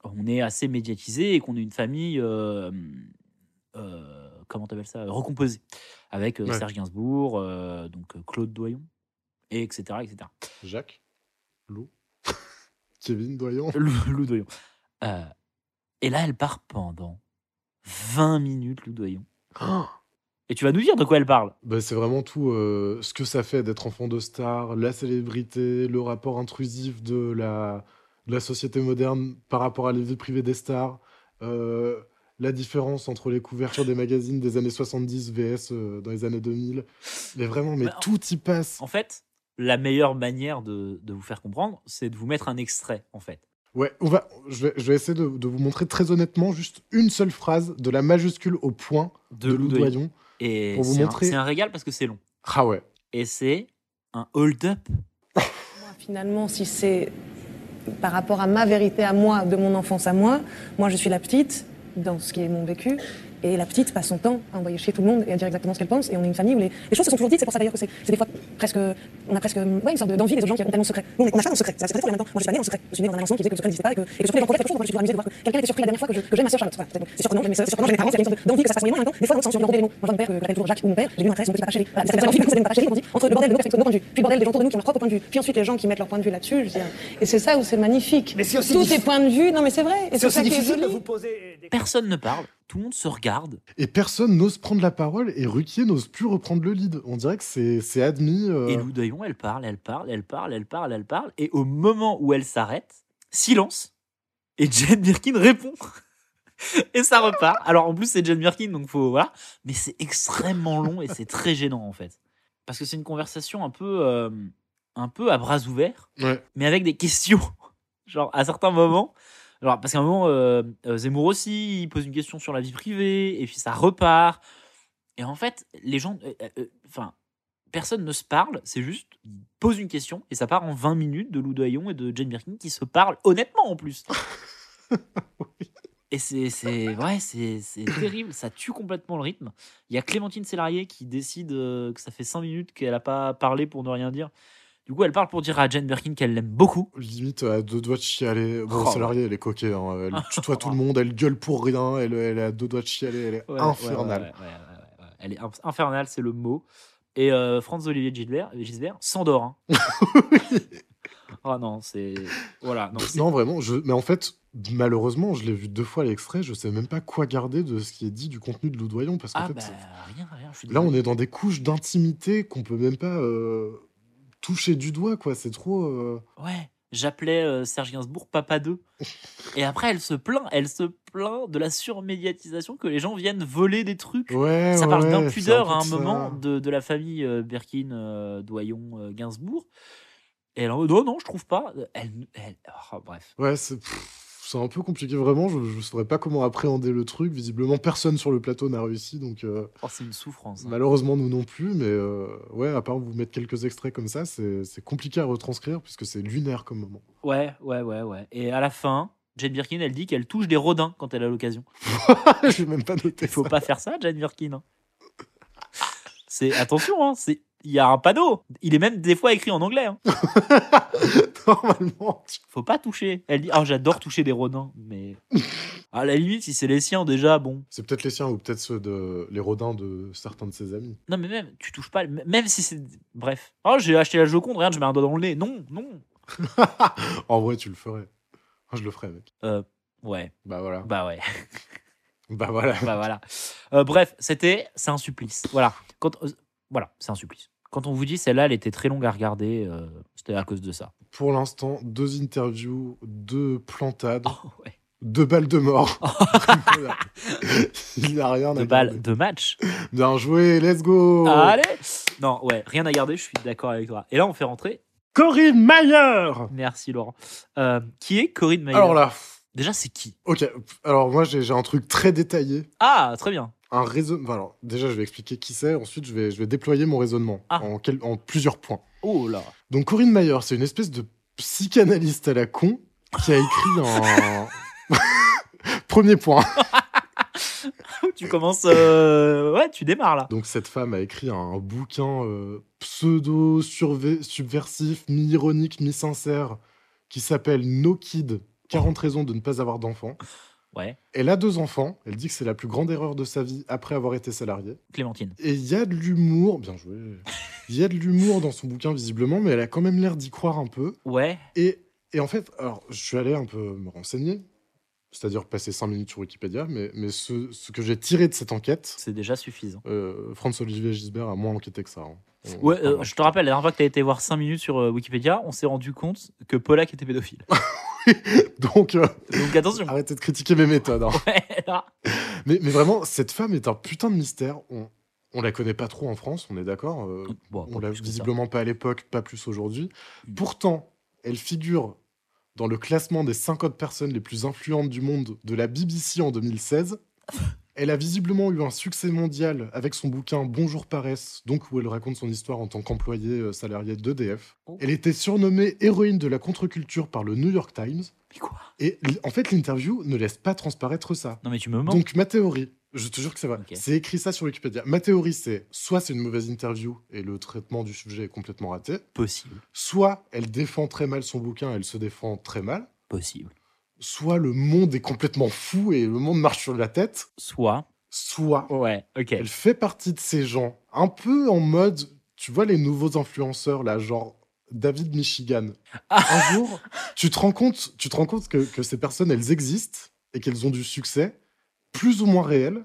S3: on est assez médiatisé et qu'on est une famille, euh, euh, comment t'appelles ça Recomposée. Avec euh,
S1: Ouais.
S3: Serge Gainsbourg, euh, donc euh, Claude Doyon, et etc. etc.
S1: Jacques Lou Kevin Doyon.
S3: Lou, Lou Doyon. Euh, et là, elle part pendant 20 minutes, Lou Doyon. Et tu vas nous dire de quoi elle parle.
S1: Bah, c'est vraiment tout euh, ce que ça fait d'être enfant de star, la célébrité, le rapport intrusif de la, de la société moderne par rapport à la vie privée des stars, euh, la différence entre les couvertures des magazines des années 70 VS euh, dans les années 2000. Mais vraiment, mais
S3: Bah, en-
S1: tout y passe.
S3: En fait, la meilleure manière de, de vous faire comprendre, c'est de vous mettre un extrait, en fait.
S1: Ouais, on va, je, vais, je vais essayer de, de vous montrer très honnêtement juste une seule phrase de la majuscule au point de, Lou
S3: Doyon.
S1: Doyon.
S3: Et
S1: Pour vous
S3: c'est un-
S1: montrer-
S3: c'est un régal parce que c'est long.
S1: Ah ouais.
S3: Et c'est un hold-up.
S9: Finalement, si c'est par rapport à ma vérité à moi, de mon enfance à moi, moi je suis la petite dans ce qui est mon vécu. Et la petite passe son temps à envoyer chier tout le monde et à dire exactement ce qu'elle pense. Et on est une famille où les, les choses se sont toujours dites. C'est pour ça d'ailleurs que c'est c'est des fois presque. On a presque ouais, une sorte de- d'envie des autres gens qui ont tellement de secrets. Nous, on est- on n'a pas de secret. C'est assez très fort en même temps. Moi, je suis pas née en secret. Je suis née dans un ensemble qui disait que le secret n'existait pas et que, et que surtout les gens croyaient quelque chose. Moi, je suis toujours amusée de voir que quelqu'un était surpris la dernière fois que je- que j'aime ma soeur Charlotte. Voilà, c'est- donc, c'est surprenant, j'aime mes sœurs, c'est surprenant, j'aime mes parents. C'est une sorte d'envie que ça se passe moyennement. Et en même temps, des fois, on sent sur le bordel des mots. Moi, j'ai un père que j'appelle toujours Jacques ou mon père. J'ai vu ma presse, mon petit papa chéri. Voilà, c'est la personne envie, c'est même pas chéri, on dit, entre le bordel de nos perspectives, de nos points de vue, puis le bordel des gens autour de nous qui ont leur propre point de vue, puis ensuite les gens qui mettent leur point de vue là-dessus. je veux dire. Et c'est ça où c'est magnifique.
S7: Mais c'est aussi
S9: Tous
S7: diffi-
S9: ces points de vue, non mais c'est vrai. Et
S7: C'est
S9: c'est
S7: aussi
S9: ça qui est
S7: difficile de
S9: joli.
S7: vous poser des
S3: Personne ne parle, tout le monde se regarde.
S1: Et personne n'ose prendre la parole et Ruquier n'ose plus reprendre le lead. On dirait que c'est c'est admis. euh,
S3: Et Lou Daillon, elle parle, elle parle, elle parle, elle parle, elle parle. Et au moment où elle s'arrête, silence. Et Jane Birkin répond. et ça repart. Alors en plus, c'est Jane Birkin, donc faut. Voilà. Mais c'est extrêmement long et c'est très gênant en fait. Parce que c'est une conversation un peu, euh, un peu à bras ouverts,
S1: Ouais.
S3: mais avec des questions. Genre à certains moments. Genre, parce qu'à un moment, euh, euh, Zemmour aussi, il pose une question sur la vie privée, et puis ça repart. Et en fait, les gens. euh, euh, euh, Enfin personne ne se parle, c'est juste, ils posent une question et ça part en 20 minutes de Lou Doyon et de Jane Birkin qui se parlent honnêtement en plus. Et c'est, c'est, ouais, c'est, c'est terrible, ça tue complètement le rythme. Il y a Clémentine Sélarié qui décide euh, que ça fait 5 minutes qu'elle n'a pas parlé pour ne rien dire. Du coup, elle parle pour dire à Jane Birkin qu'elle l'aime beaucoup.
S1: Limite à deux doigts de chialer. Bon,
S3: Oh.
S1: salarié, elle est coquée. hein. Elle tutoie tout le monde, elle gueule pour rien, elle, elle a deux doigts de chialer, elle est
S3: Ouais,
S1: infernale.
S3: ouais, ouais, ouais, ouais, ouais, ouais. Elle est inf- infernale, c'est le mot. Et euh, Franz Olivier Gisbert, Gisbert s'endort. hein. Ah non, c'est. Voilà, non,
S1: Pff,
S3: c'est-
S1: non, vraiment, je... mais en fait, malheureusement, je l'ai vu deux fois l'extrait, je sais même pas quoi garder de ce qui est dit du contenu de Loudoyon, parce qu'en
S3: Ah
S1: fait,
S3: bah rien, rien. Je suis
S1: là, on
S3: désolé.
S1: est dans des couches d'intimité qu'on peut même pas euh, toucher du doigt, quoi. C'est trop. euh,
S3: Ouais, j'appelais euh, Serge Gainsbourg Papa 2. Et après, elle se plaint, elle se plaint de la surmédiatisation que les gens viennent voler des trucs.
S1: Ouais,
S3: ça parle
S1: ouais,
S3: d'impudeur
S1: c'est
S3: à un
S1: peu de ça.
S3: moment de, de la famille euh, Birkin, euh, Doyon, euh, Gainsbourg. Et elle en mode, non, non, je trouve pas. Elle, elle- oh, bref.
S1: Ouais, c'est. pff, C'est un peu compliqué vraiment, je, je saurais pas comment appréhender le truc. Visiblement, personne sur le plateau n'a réussi, donc euh,
S3: Oh, c'est une souffrance. hein.
S1: Malheureusement, nous non plus, mais euh, ouais, à part vous mettre quelques extraits comme ça, c'est c'est compliqué à retranscrire puisque c'est lunaire comme moment.
S3: Ouais, ouais, ouais, ouais. Et à la fin, Jane Birkin, elle dit qu'elle touche des rodins quand elle a l'occasion.
S1: Je vais même pas noté.
S3: Il faut pas faire ça, Jane Birkin. hein. C'est attention, hein, c'est il y a un panneau. Il est même des fois écrit en anglais. hein.
S1: Normalement, tu-
S3: Faut pas toucher. Elle dit, ah j'adore toucher des rodins, mais à la limite si c'est les siens déjà, bon.
S1: c'est peut-être les siens ou peut-être ceux de les rodins de certains de ses amis.
S3: Non mais même tu touches pas, m- même si c'est bref. Oh j'ai acheté la Joconde, regarde je mets un doigt dans le nez. Non, non.
S1: En vrai, tu le ferais. Ah, Je le ferais, mec.
S3: Ouais,
S1: Bah voilà.
S3: bah ouais,
S1: Bah voilà.
S3: bah voilà. Euh, bref, c'était, c'est un supplice. Voilà, quand euh, voilà, c'est un supplice. Quand on vous dit celle-là, elle était très longue à regarder, euh, c'était à cause de ça.
S1: Pour l'instant, deux interviews, deux plantades,
S3: Oh, ouais.
S1: deux balles de mort. Voilà. Il n'y a rien
S3: De
S1: à
S3: balles,
S1: garder.
S3: de match.
S1: Bien joué, let's go.
S3: Allez Non, ouais, rien à garder, je suis d'accord avec toi. Et là, on fait rentrer.
S1: Corinne Mayer.
S3: Merci, Laurent. Euh, qui est Corinne Mayer
S1: Alors là,
S3: Déjà, c'est qui
S1: ok. Alors moi, j'ai j'ai un truc très détaillé.
S3: Ah, très bien.
S1: un raisonnement. alors, déjà, je vais expliquer qui c'est. Ensuite, je vais, je vais déployer mon raisonnement
S3: Ah.
S1: en, quel- en plusieurs points.
S3: Oh là
S1: Donc, Corinne Mayer, c'est une espèce de psychanalyste à la con qui a écrit un. Premier point.
S3: Tu commences. euh, Ouais, tu démarres là.
S1: Donc, cette femme a écrit un bouquin euh, pseudo-subversif, mi-ironique, mi-sincère, qui s'appelle No Kid 40 raisons de ne pas avoir d'enfants.
S3: Ouais,
S1: Elle a deux enfants. Elle dit que c'est la plus grande erreur de sa vie après avoir été salariée.
S3: Clémentine.
S1: Et il y a de l'humour, bien joué. Il y a de l'humour dans son bouquin visiblement, mais elle a quand même l'air d'y croire un peu.
S3: Ouais,
S1: Et Et en fait, alors, je suis allé un peu me renseigner, c'est-à-dire passer 5 minutes sur Wikipédia, mais, mais ce, ce que j'ai tiré de cette enquête,
S3: C'est déjà suffisant.
S1: euh, Franz-Olivier Gisbert a moins enquêté que ça. hein. On-
S3: Ouais, euh,
S1: on-
S3: je te rappelle, la dernière fois que tu as été voir 5 minutes sur euh, Wikipédia, on s'est rendu compte que Polak était pédophile.
S1: Donc, euh,
S3: Donc attention.
S1: arrêtez de critiquer mes méthodes. hein.
S3: Ouais, là.
S1: Mais, mais vraiment, cette femme est un putain de mystère. On, on la connaît pas trop en France, on est d'accord. euh,
S3: Bon,
S1: on
S3: pas
S1: l'a
S3: plus que ça. Mm.
S1: visiblement pas à l'époque, pas plus aujourd'hui. Pourtant, elle figure dans le classement des 50 personnes les plus influentes du monde de la BBC en 2016. Elle a visiblement eu un succès mondial avec son bouquin Bonjour Paresse, donc où elle raconte son histoire en tant qu'employée euh, salariée d'EDF.
S3: Oh.
S1: Elle était surnommée héroïne de la contre-culture par le New York Times.
S3: Mais quoi
S1: Et l- en fait, l'interview ne laisse pas transparaître ça.
S3: Non mais tu me mens.
S1: Donc ma théorie, je te jure que c'est vrai,
S3: Ok.
S1: c'est écrit ça sur Wikipédia. Ma théorie, c'est soit c'est une mauvaise interview et le traitement du sujet est complètement raté,
S3: Possible.
S1: soit elle défend très mal son bouquin, elle se défend très mal,
S3: Possible.
S1: soit le monde est complètement fou et le monde marche sur la tête,
S3: Soit.
S1: soit
S3: Ouais. Ok.
S1: elle fait partie de ces gens un peu en mode, tu vois les nouveaux influenceurs là, genre David Michigan.
S3: Ah.
S1: Un jour, tu te rends compte, tu te rends compte que, que ces personnes, elles existent et qu'elles ont du succès, plus ou moins réel,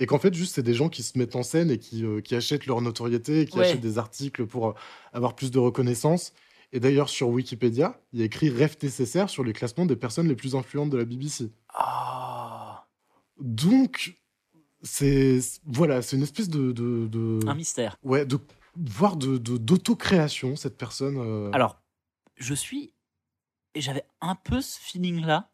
S1: et qu'en fait, juste, c'est des gens qui se mettent en scène et qui, euh, qui achètent leur notoriété, et qui
S3: Ouais.
S1: achètent des articles pour euh, avoir plus de reconnaissance. Et d'ailleurs, sur Wikipédia, il y a écrit rêve nécessaire sur les classements des personnes les plus influentes de la BBC.
S3: Ah.
S1: Donc, c'est voilà, c'est une espèce de, de, de-
S3: Un mystère.
S1: ouais, de voire de de- d'autocréation cette personne. euh,
S3: Alors, je suis. Et j'avais un peu ce feeling-là.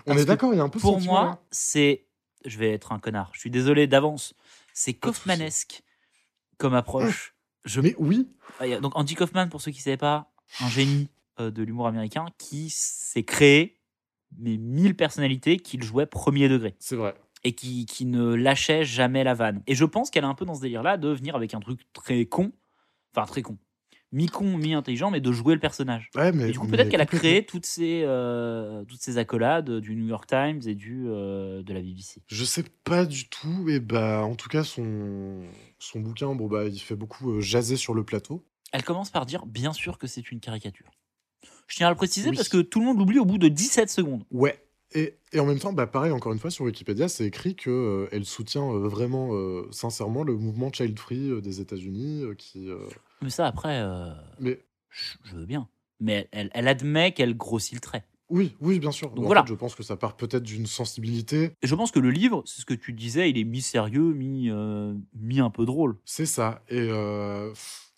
S1: on
S3: parce
S1: est
S3: que
S1: d'accord, il y a un peu ce
S3: Pour
S1: sentiment-là.
S3: moi, c'est. Je vais être un connard. Je suis désolé d'avance. C'est
S1: Pas de souci.
S3: Kaufmanesque comme approche. Je...
S1: Mais oui,
S3: Ah, y a- Donc, Andy Kaufman, pour ceux qui ne savaient pas, un génie euh, de l'humour américain qui s'est créé mais mille personnalités qu'il jouait premier degré
S1: c'est vrai.
S3: et qui, qui ne lâchait jamais la vanne. Et je pense qu'elle est un peu dans ce délire-là de venir avec un truc très con, enfin très con, mi-con, mi-intelligent, mais de jouer le personnage.
S1: Ouais, mais
S3: Et du coup,
S1: mais
S3: peut-être qu'elle a
S1: complètement.
S3: créé toutes ces, euh, toutes ces accolades du New York Times et du, euh, de la BBC.
S1: Je sais pas du tout. Et bah, en tout cas, son son bouquin, bon bah, il fait beaucoup euh, jaser sur le plateau.
S3: Elle commence par dire, bien sûr que c'est une caricature. Je tiens à le préciser
S1: Oui.
S3: parce que tout le monde l'oublie au bout de 17 secondes.
S1: Ouais. Et, et en même temps, bah pareil, encore une fois, sur Wikipédia, c'est écrit que euh, elle soutient euh, vraiment, euh, sincèrement, le mouvement Child Free euh, des États-Unis, euh, qui. euh,
S3: Mais ça, après, euh,
S1: Mais
S3: je je veux bien. Mais elle, elle admet qu'elle grossit le trait.
S1: Oui, oui, bien sûr.
S3: Donc
S1: En
S3: voilà.
S1: fait, je pense que ça part peut-être d'une sensibilité.
S3: Et je pense que le livre, c'est ce que tu disais, il est mi-sérieux, mi, euh, mi un peu drôle.
S1: C'est ça. Et euh, pff,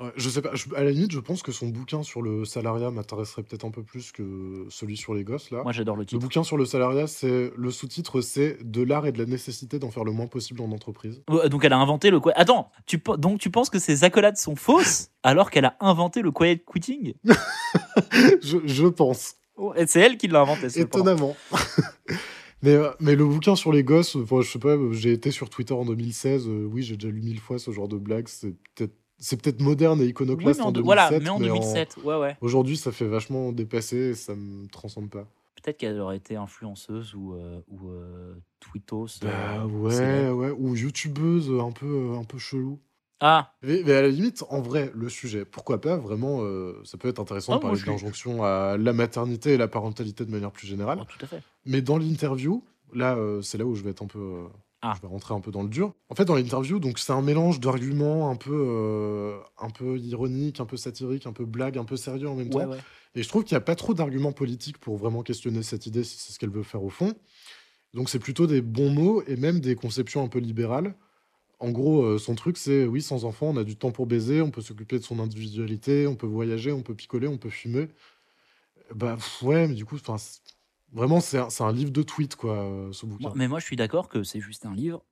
S1: ouais, je sais pas. je- à la limite, je pense que son bouquin sur le salariat m'intéresserait peut-être un peu plus que celui sur les gosses là.
S3: Moi, j'adore le
S1: le
S3: titre.
S1: bouquin sur le salariat, c'est le sous-titre, c'est de l'art et de la nécessité d'en faire le moins possible en entreprise.
S3: Euh, Donc, elle a inventé le. quoi- Attends, tu, pe- donc tu penses que ces accolades sont fausses alors qu'elle a inventé le quiet quitting
S1: je, je pense,
S3: Oh, et C'est elle qui l'a inventé. cependant.
S1: étonnamment. mais, euh, mais le bouquin sur les gosses, enfin, je sais pas. euh, J'ai été sur Twitter en 2016. euh, oui, j'ai déjà lu mille fois ce genre de blague. C'est peut-être, c'est peut-être moderne et
S3: Oui,
S1: iconoclaste
S3: mais en
S1: en
S3: deux-
S1: 2007.
S3: voilà, mais en
S1: mais
S3: 2007, ouais, ouais.
S1: Aujourd'hui, ça fait vachement dépassé et ça me transcende pas.
S3: Peut-être qu'elle aurait été influenceuse ou, euh, ou euh, twittos. euh,
S1: Bah ouais,
S3: célèbre.
S1: ouais, ou youtubeuse euh, un peu, euh, un peu chelou.
S3: Ah,
S1: Mais, mais à la limite, en vrai, le sujet, pourquoi pas vraiment, euh, ça peut être intéressant
S3: Ah,
S1: de
S3: moi,
S1: parler
S3: je
S1: de
S3: suis-
S1: l'injonction à la maternité et la parentalité de manière plus générale.
S3: oh, tout à fait.
S1: Mais dans l'interview, là, euh, c'est là où je vais être un peu. euh,
S3: Ah.
S1: Je vais rentrer un peu dans le dur. En fait, dans l'interview, donc c'est un mélange d'arguments un peu, euh, un peu ironique, un peu satirique, un peu blague, un peu sérieux en même temps.
S3: Ouais, ouais.
S1: Et je trouve qu'il n'y a pas trop d'arguments politiques pour vraiment questionner cette idée, si c'est ce qu'elle veut faire au fond. Donc c'est plutôt des bons mots et même des conceptions un peu libérales. En gros, euh, son truc, c'est oui, sans enfant, on a du temps pour baiser, on peut s'occuper de son individualité, on peut voyager, on peut picoler, on peut fumer. Bah pff, ouais, mais du coup, 'fin, c'est- vraiment, c'est un, c'est un livre de tweets, quoi, euh, ce bouquin.
S3: Moi- mais moi, je suis d'accord que c'est juste un livre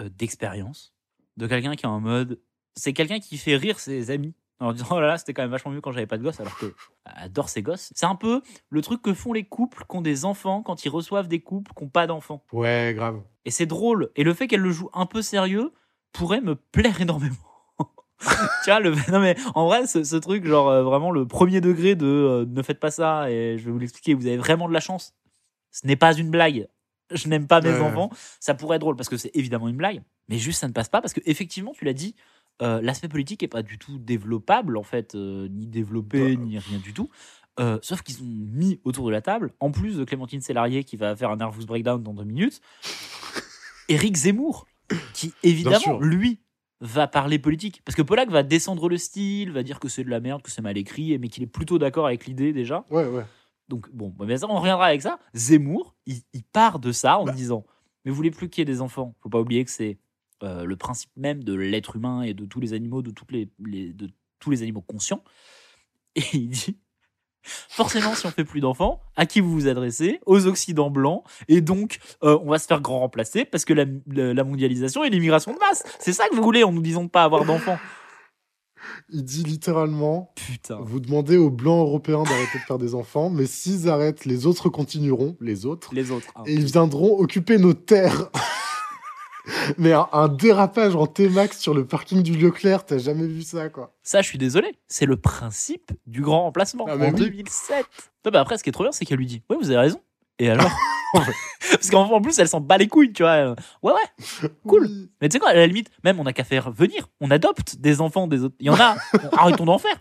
S3: euh, d'expérience de quelqu'un qui est en mode. C'est quelqu'un qui fait rire ses amis en disant Oh là là, c'était quand même vachement mieux quand j'avais pas de gosse, alors que elle adore ses gosses. C'est un peu le truc que font les couples qui ont des enfants quand ils reçoivent des couples qui n'ont pas d'enfants.
S1: Ouais, grave.
S3: Et c'est drôle. Et le fait qu'elle le joue un peu sérieux pourrait me plaire énormément. tu vois, le... non mais en vrai, ce, ce truc, genre euh, vraiment le premier degré de euh, ne faites pas ça et je vais vous l'expliquer, vous avez vraiment de la chance. Ce n'est pas une blague. Je n'aime pas mes
S1: Ouais.
S3: enfants. Ça pourrait être drôle parce que c'est évidemment une blague, mais juste ça ne passe pas parce que effectivement, tu l'as dit, euh, l'aspect politique est pas du tout développable en fait, euh, ni développé,
S1: Bah,
S3: ni rien du tout. Euh, sauf qu'ils ont mis autour de la table, en plus de Clémentine Sélarié qui va faire un nervous breakdown dans deux minutes, Éric Zemmour, qui évidemment,
S1: sûr.
S3: lui, va parler politique. Parce que Polak va descendre le style, va dire que c'est de la merde, que c'est mal écrit, mais qu'il est plutôt d'accord avec l'idée déjà.
S1: Ouais, ouais.
S3: Donc bon, bah, mais ça, on reviendra avec ça. Zemmour, il, il part de ça en
S1: Bah.
S3: disant Mais vous voulez plus qu'il y ait des enfants Faut pas oublier que c'est euh, le principe même de l'être humain et de tous les animaux, de, toutes les, les- de tous les animaux conscients. Et il dit Forcément, si on fait plus d'enfants, à qui vous vous adressez Aux Occidents blancs. Et donc, euh, on va se faire grand remplacer parce que la, la- la mondialisation et l'immigration de masse, c'est ça que vous voulez en nous disant de pas avoir d'enfants.
S1: Il dit littéralement
S3: Putain.
S1: Vous demandez aux blancs européens d'arrêter de faire des enfants, mais s'ils arrêtent, les autres continueront, les autres,
S3: Les autres. hein.
S1: et ils viendront occuper nos terres. mais un, un dérapage en T-Max sur le parking du Leclerc, t'as jamais vu ça, quoi.
S3: Ça, je suis désolé, c'est le principe du grand remplacement
S1: Ah, mais
S3: en
S1: oui.
S3: 2007. Non, bah après, ce qui est trop bien, c'est qu'elle lui dit Ouais, vous avez raison. Et alors Parce qu'en en plus, elle s'en bat les couilles, tu vois. Euh, Ouais, ouais. Cool.
S1: Oui.
S3: Mais tu sais quoi, à la limite, même on n'a qu'à faire venir. On adopte des enfants des autres. Il y en a, on- arrêtons d'en faire.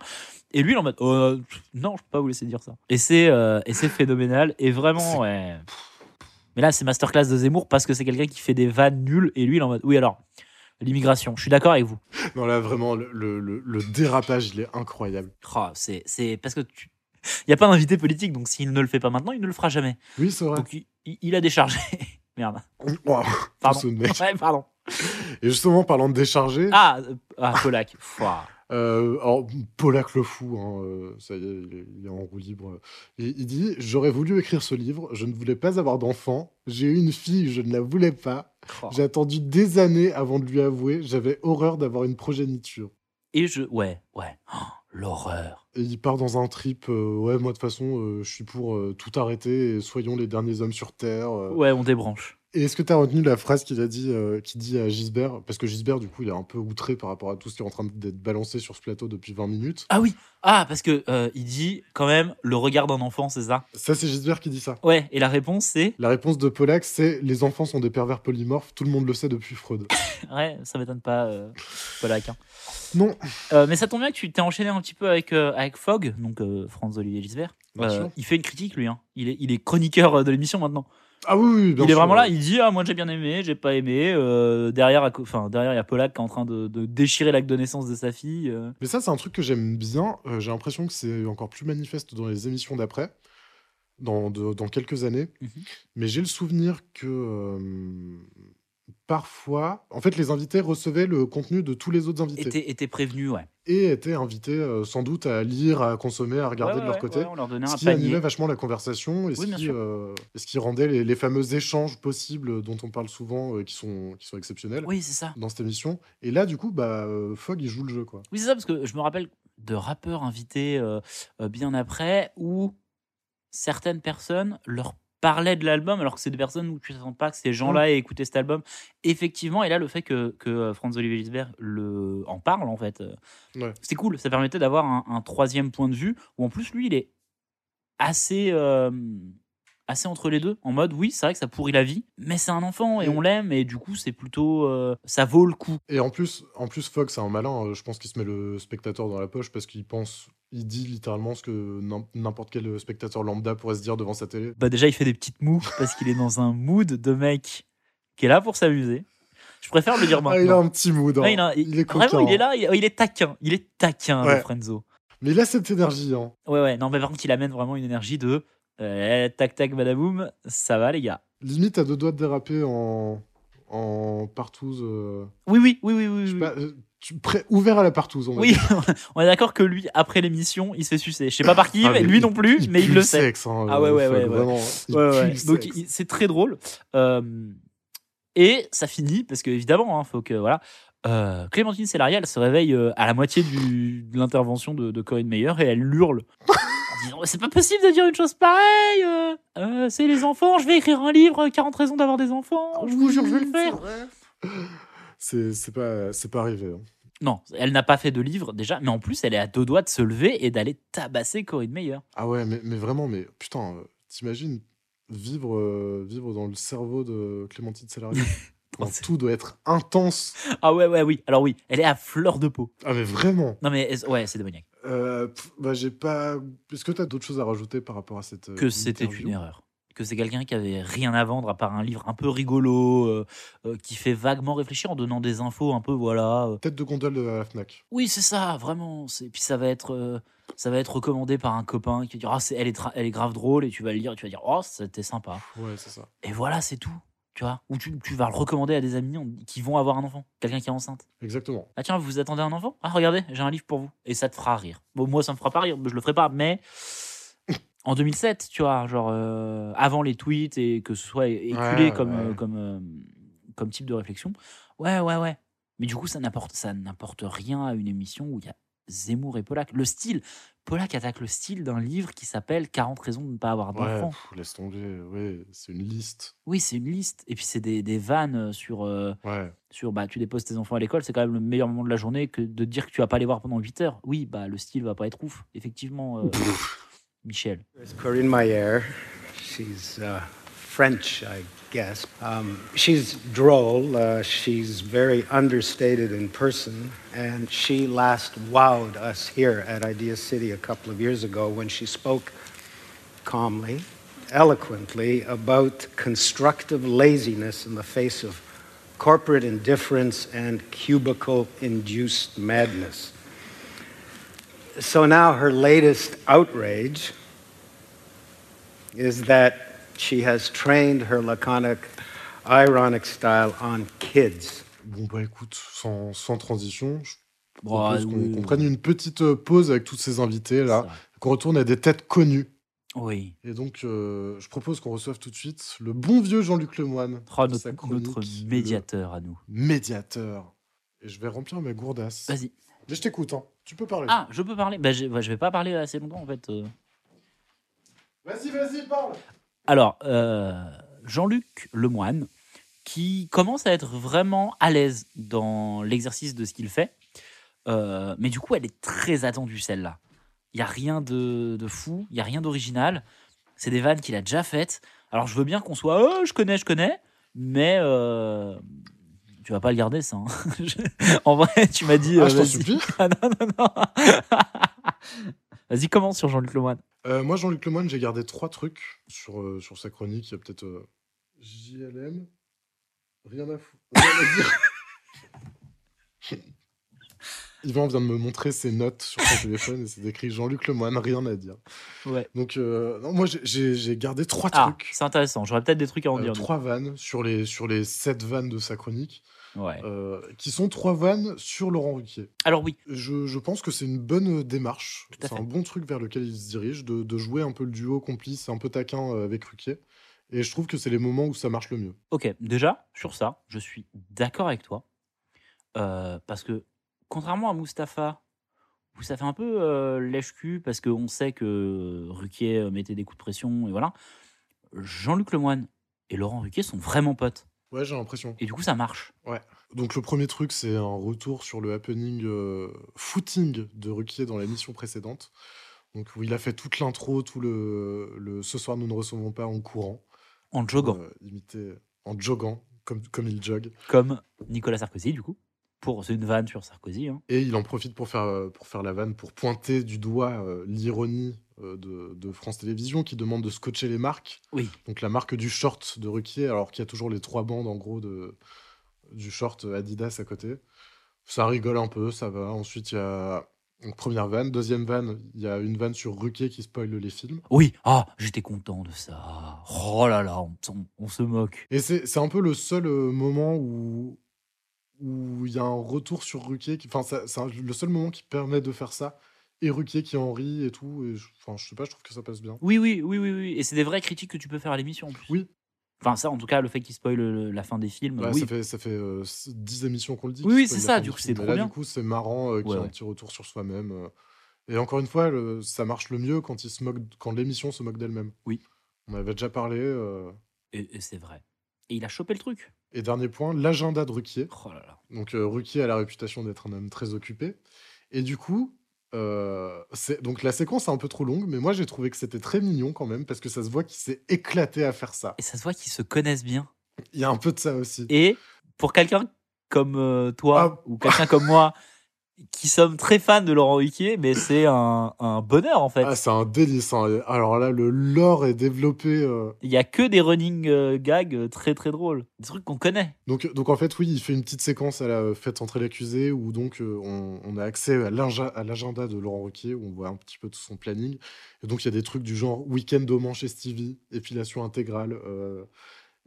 S3: Et lui, il est en mode Euh, pff, Non, je peux pas vous laisser dire ça. Et c'est euh, et c'est phénoménal. Et
S1: C'est-
S3: vraiment, ouais. Mais là, c'est masterclass de Zemmour parce que c'est quelqu'un qui fait des vannes nulles. Et lui, il est en mode Oui, alors, l'immigration, je suis d'accord avec vous.
S1: Non, là, vraiment, le, le- le- le dérapage, il est incroyable.
S3: Oh, c'est, c'est parce que tu. Il n'y a pas d'invité politique, donc s'il ne le fait pas maintenant, il ne le fera jamais.
S1: Oui, c'est vrai.
S3: Donc il, il- il a déchargé. Merde.
S1: Waouh,
S3: Pardon.
S1: ce mec.
S3: Ouais, pardon.
S1: Et justement, parlant de décharger,
S3: Ah, euh, ah Polak. Pouah.
S1: Euh, alors, Polak le fou, hein, euh, ça y est, il est, il est en roue libre. Il, il dit J'aurais voulu écrire ce livre, je ne voulais pas avoir d'enfant, j'ai eu une fille, je ne la voulais pas.
S3: Oh.
S1: J'ai attendu des années avant de lui avouer, j'avais horreur d'avoir une progéniture.
S3: Et je. Ouais, ouais. Oh, l'horreur.
S1: Et il part dans un trip euh, Ouais, moi de toute façon, euh, je suis pour euh, tout arrêter et soyons les derniers hommes sur Terre. euh.
S3: Ouais, on débranche.
S1: Et est-ce que tu as retenu la phrase qu'il a dit, euh, qu'il dit à Gisbert Parce que Gisbert, du coup, il est un peu outré par rapport à tout ce qui est en train d'être balancé sur ce plateau depuis 20 minutes.
S3: Ah oui. Ah, parce que euh, il dit quand même le regard d'un enfant, c'est ça
S1: Ça, c'est Gisbert qui dit ça.
S3: Ouais, et la réponse c'est.
S1: La réponse de Pollack, c'est les enfants sont des pervers polymorphes, tout le monde le sait depuis Freud.
S3: Ouais, ça m'étonne pas, euh, Polak. hein.
S1: Non,
S3: Euh, mais ça tombe bien que tu t'es enchaîné un petit peu avec, euh, avec Fogg, donc euh, Franz-Olivier Gisbert.
S1: bien
S3: Euh,
S1: sûr.
S3: il fait une critique, lui. hein. Il, est, il est chroniqueur euh, de l'émission maintenant.
S1: Ah oui, oui, oui, bien
S3: il est
S1: sûr.
S3: vraiment là, il dit ah moi j'ai bien aimé, j'ai pas aimé. euh, derrière, à co- enfin derrière il y a Polak qui est en train de, de déchirer l'acte de naissance de sa fille. euh.
S1: Mais ça, c'est un truc que j'aime bien. Euh, J'ai l'impression que c'est encore plus manifeste dans les émissions d'après, dans, de- dans quelques années.
S3: Mhm.
S1: Mais j'ai le souvenir que euh, parfois, en fait, les invités recevaient le contenu de tous les autres invités
S3: Était, était prévenu, ouais.
S1: et étaient invités euh, sans doute à lire, à consommer, à regarder
S3: Ouais,
S1: de leur
S3: ouais,
S1: côté.
S3: ouais, on leur donnait
S1: ce
S3: un
S1: qui animait
S3: panier.
S1: vachement la conversation et ce,
S3: Oui, bien
S1: qui,
S3: sûr.
S1: euh, et ce qui rendait les, les fameux échanges possibles dont on parle souvent, euh, qui, sont, qui sont exceptionnels
S3: Oui c'est ça.
S1: dans cette émission. Et là, du coup, bah, euh, Fogg, il joue le jeu. Quoi.
S3: Oui c'est ça parce que je me rappelle de rappeurs invités euh, euh, bien après où certaines personnes leur parlaient de l'album alors que c'est des personnes où tu ne sens pas que ces gens-là aient écouté cet album. Effectivement et là le fait que, que euh, Franz-Olivier Gisbert le en parle en fait. euh,
S1: Ouais.
S3: C'est cool, ça permettait d'avoir un, un troisième point de vue où en plus lui il est assez euh, assez entre les deux en mode oui c'est vrai que ça pourrit la vie mais c'est un enfant et
S1: Mm.
S3: on l'aime et du coup c'est plutôt euh, ça vaut le coup
S1: Et en plus, en plus Fogg, c'est un malin. euh, Je pense qu'il se met le spectateur dans la poche parce qu'il pense, il dit littéralement ce que n'im- n'importe quel spectateur lambda pourrait se dire devant sa télé.
S3: bah déjà il fait des petites moues parce qu'il est dans un mood de mec qui est là pour s'amuser je préfère le dire
S1: Ah, il a
S3: maintenant
S1: un petit mood. hein.
S3: Ouais, il a-
S1: il, est coquin.
S3: vraiment il est
S1: hein.
S3: là il, il est taquin il est taquin
S1: Ouais.
S3: le Frenzo
S1: Mais il a cette énergie. hein.
S3: ouais ouais non mais par contre il amène vraiment une énergie de euh, tac tac badaboum ça va les gars
S1: Limite à deux doigts de déraper en, en partouze. euh,
S3: oui oui oui oui oui,
S1: je sais
S3: oui.
S1: pas, euh, tu- prêt- ouvert à la partouze. On va
S3: Oui, on est d'accord que lui, après l'émission, il se fait sucer. Je sais pas par qui,
S1: Ah,
S3: mais
S1: mais
S3: lui non plus, mais il
S1: pue
S3: le sait.
S1: sexe, hein,
S3: Ah ouais,
S1: euh,
S3: ouais,
S1: Fogg,
S3: ouais, ouais.
S1: vraiment, il
S3: Ouais,
S1: pue
S3: ouais.
S1: le
S3: Donc
S1: sexe.
S3: il- c'est très drôle. Euh, et ça finit, parce que évidemment, hein, faut que. Voilà. euh, Clémentine Sélarié, elle se réveille euh, à la moitié du- de l'intervention de, de Corinne Meyer et elle hurle. En disant, c'est pas possible de dire une chose pareille. euh, euh, c'est les enfants, je vais écrire un livre, 40 raisons d'avoir des enfants. Ah, Je vous jure, je vais le faire.
S1: C'est c'est pas, c'est pas arrivé. hein.
S3: Non, elle n'a pas fait de livre déjà, mais en plus, elle est à deux doigts de se lever et d'aller tabasser Corinne Meyer.
S1: Ah ouais, mais, mais vraiment, mais putain, euh, t'imagines vivre, euh, vivre dans le cerveau de Clémentine Salarié
S3: C'est-
S1: Tout doit être intense.
S3: Ah ouais, ouais, oui. Alors oui, elle est à fleur de peau.
S1: Ah mais vraiment.
S3: Non mais elle- ouais, c'est démoniaque.
S1: Euh, pff, bah, j'ai pas. Est-ce que t'as d'autres choses à rajouter par rapport à cette. euh,
S3: que c'était
S1: interview
S3: une erreur. Que c'est quelqu'un qui avait rien à vendre à part un livre un peu rigolo, euh, euh, qui fait vaguement réfléchir en donnant des infos un peu, voilà. euh.
S1: Tête de gondole de la Fnac.
S3: Oui, c'est ça, vraiment. c'est- Et puis ça va être, euh, ça va être recommandé par un copain qui va dire, ah, c'est- elle, est tra- elle est grave drôle, et tu vas le lire, et tu vas dire, oh, c'était sympa.
S1: Ouais, c'est ça.
S3: Et voilà, c'est tout. Tu vois Ou tu, tu vas le recommander à des amis en- qui vont avoir un enfant, quelqu'un qui est enceinte.
S1: Exactement.
S3: Ah tiens, vous attendez un enfant Ah regardez, j'ai un livre pour vous. Et ça te fera rire. Bon, moi, ça me fera pas rire, je le ferai pas, mais en 2007, tu vois, genre euh, avant les tweets et que ce soit é- éculé
S1: Ouais,
S3: comme, euh,
S1: ouais.
S3: comme, euh, comme type de réflexion. Ouais, ouais, ouais. Mais du coup, ça n'apporte, ça n'apporte rien à une émission où il y a Zemmour et Polak. Le style, Polak attaque le style d'un livre qui s'appelle 40 raisons de ne pas avoir
S1: Ouais,
S3: d'enfant.
S1: pff, laisse tomber. Ouais, c'est une liste.
S3: Oui, c'est une liste. Et puis, c'est des, des vannes sur. euh,
S1: Ouais.
S3: sur bah, tu déposes tes enfants à l'école, c'est quand même le meilleur moment de la journée que de dire que tu vas pas les voir pendant 8 heures. Oui, bah le style va pas être ouf, effectivement, euh, Michel.
S10: There's Corinne Mayer. She's uh, French, I guess. Um, she's droll. Uh, she's very understated in person. And she last wowed us here at Idea City a couple of years ago when she spoke calmly, eloquently about constructive laziness in the face of corporate indifference and cubicle induced madness. So now her latest outrage is that she has trained her laconic, ironic style on kids.
S1: Bon, bah écoute, sans, sans transition, je
S3: Bah,
S1: propose qu'on
S3: oui,
S1: qu'on prenne une petite euh, pause avec tous ces invités là,
S3: ça.
S1: qu'on retourne à des têtes connues.
S3: Oui.
S1: Et donc, euh, je propose qu'on reçoive tout de suite le bon vieux Jean-Luc
S3: Oh,
S1: Lemoine. pour sa
S3: notre,
S1: chronique,
S3: notre
S1: le
S3: médiateur à nous.
S1: médiateur. Et je vais remplir ma gourdasse.
S3: Vas-y.
S1: Mais je t'écoute, hein. Tu peux parler.
S3: Ah, je peux parler bah, j'ai- bah, Je vais pas parler assez longtemps en fait. euh.
S1: Vas-y, vas-y, parle.
S3: Ah, Alors, euh, Jean-Luc Lemoine, qui commence à être vraiment à l'aise dans l'exercice de ce qu'il fait, Euh, mais du coup, elle est très attendue celle-là. Il n'y a rien de, de fou, il n'y a rien d'original. C'est des vannes qu'il a déjà faites. Alors, je veux bien qu'on soit, oh, je connais, je connais, mais euh, tu vas pas le garder ça. hein. Je- en vrai, tu m'as dit.
S1: Ah,
S3: euh,
S1: je t'en
S3: vas-y.
S1: supplie.
S3: Ah, non, non, non. vas-y, commence sur Jean-Luc Lemoine.
S1: Euh, moi, Jean-Luc Lemoine, j'ai gardé trois trucs sur, euh, sur sa chronique. Il y a peut-être euh, JLM. Rien à foutre. Rien à dire. Yvan vient de me montrer ses notes sur son téléphone et c'est écrit Jean-Luc Lemoine, rien à dire.
S3: Ouais.
S1: Donc, euh, non, moi, j'ai- j'ai j'ai gardé trois
S3: Ah,
S1: trucs,
S3: c'est intéressant. J'aurais peut-être des trucs à en
S1: euh,
S3: dire. du
S1: trois vannes sur les, sur les sept vannes de sa chronique,
S3: coup. Ouais.
S1: euh, qui sont trois vannes sur Laurent Ruquier.
S3: Alors oui.
S1: Je, je pense que c'est une bonne euh, démarche.
S3: à
S1: C'est
S3: fait.
S1: un bon truc vers lequel il se dirige, de, de jouer un peu le duo complice, un peu taquin euh, avec Ruquier. Et je trouve que c'est les moments où ça marche le mieux.
S3: Ok, déjà, sur ça, je suis d'accord avec toi. Euh, parce que, contrairement à Mustapha, où ça fait un peu euh, lèche-cul, parce qu'on sait que Ruquier euh, mettait des coups de pression, et voilà, Jean-Luc Lemoine et Laurent Ruquier sont vraiment potes.
S1: Ouais, j'ai l'impression.
S3: Et du coup, ça marche.
S1: Donc le premier truc, c'est un retour sur le happening euh, footing de Ruquier dans l'émission précédente. Donc où il a fait toute l'intro, tout le, le ce soir nous ne recevons pas en courant,
S3: En joguant,
S1: Euh, imité en joggant, comme, comme il jogue.
S3: comme Nicolas Sarkozy, du coup. Pour, c'est une vanne sur Sarkozy. hein.
S1: Et il en profite pour faire, euh, pour faire la vanne, pour pointer du doigt euh, l'ironie euh, de, de France Télévisions qui demande de scotcher les marques.
S3: Oui.
S1: Donc la marque du short de Ruquier, alors qu'il y a toujours les trois bandes en gros de, du short Adidas à côté. Ça rigole un peu, ça va. Ensuite, il y a. Donc, première vanne. Deuxième vanne, il y a une vanne sur Ruquier qui spoile les films.
S3: Oui, ah, j'étais content de ça. Oh là là, on, on- on se moque.
S1: Et c'est c'est un peu le seul euh, moment où où il y a un retour sur Ruquier. qui- Enfin, ça- c'est un- le seul moment qui permet de faire ça. Et Ruquier qui en rit et tout. Et je, enfin, je sais pas, je trouve que ça passe bien.
S3: Oui, oui, oui, oui, oui. Et c'est des vraies critiques que tu peux faire à l'émission, en plus.
S1: Oui.
S3: Enfin, ça, en tout cas, le fait qu'il spoil le- la fin des films.
S1: Ouais,
S3: Bah oui,
S1: Ça fait, ça fait euh, s- 10 émissions qu'on le dit.
S3: Oui,
S1: qui
S3: oui,
S1: se
S3: c'est
S1: posent la
S3: ça,
S1: fin
S3: du
S1: du
S3: coup,
S1: film.
S3: c'est
S1: Et
S3: trop
S1: là,
S3: bien.
S1: Du coup, c'est marrant euh, qu'il y ait
S3: Ouais,
S1: un
S3: ouais.
S1: petit retour sur soi-même. euh. Et encore une fois, le- ça marche le mieux quand, il se moque, quand l'émission se moque d'elle-même.
S3: Oui.
S1: On avait déjà parlé. euh.
S3: Et, et c'est vrai. Et il a chopé le truc.
S1: Et dernier point, l'agenda de Ruquier.
S3: Oh là là.
S1: Donc euh, Ruquier a la réputation d'être un homme très occupé. Et du coup, euh, c'est- donc la séquence est un peu trop longue, mais moi j'ai trouvé que c'était très mignon quand même, parce que ça se voit qu'il s'est éclaté à faire ça.
S3: Et ça se voit qu'ils se connaissent bien.
S1: Il y a un peu de ça aussi.
S3: Et pour quelqu'un comme euh, toi
S1: Ah.
S3: ou quelqu'un comme moi qui sommes très fans de Laurent Ruquier, mais c'est un, un bonheur en fait.
S1: Ah, c'est un délice. hein. Alors là, le lore est développé. euh,
S3: Il y a que des running euh, gags euh, très très drôles, des trucs qu'on connaît.
S1: Donc, donc en fait, oui, il fait une petite séquence à la euh, fête entrer l'accusé où donc euh, on, on a accès à l'inja- à l'agenda de Laurent Ruquier où on voit un petit peu tout son planning. Et donc il y a des trucs du genre week-end au Mans chez Stevie, épilation intégrale. euh,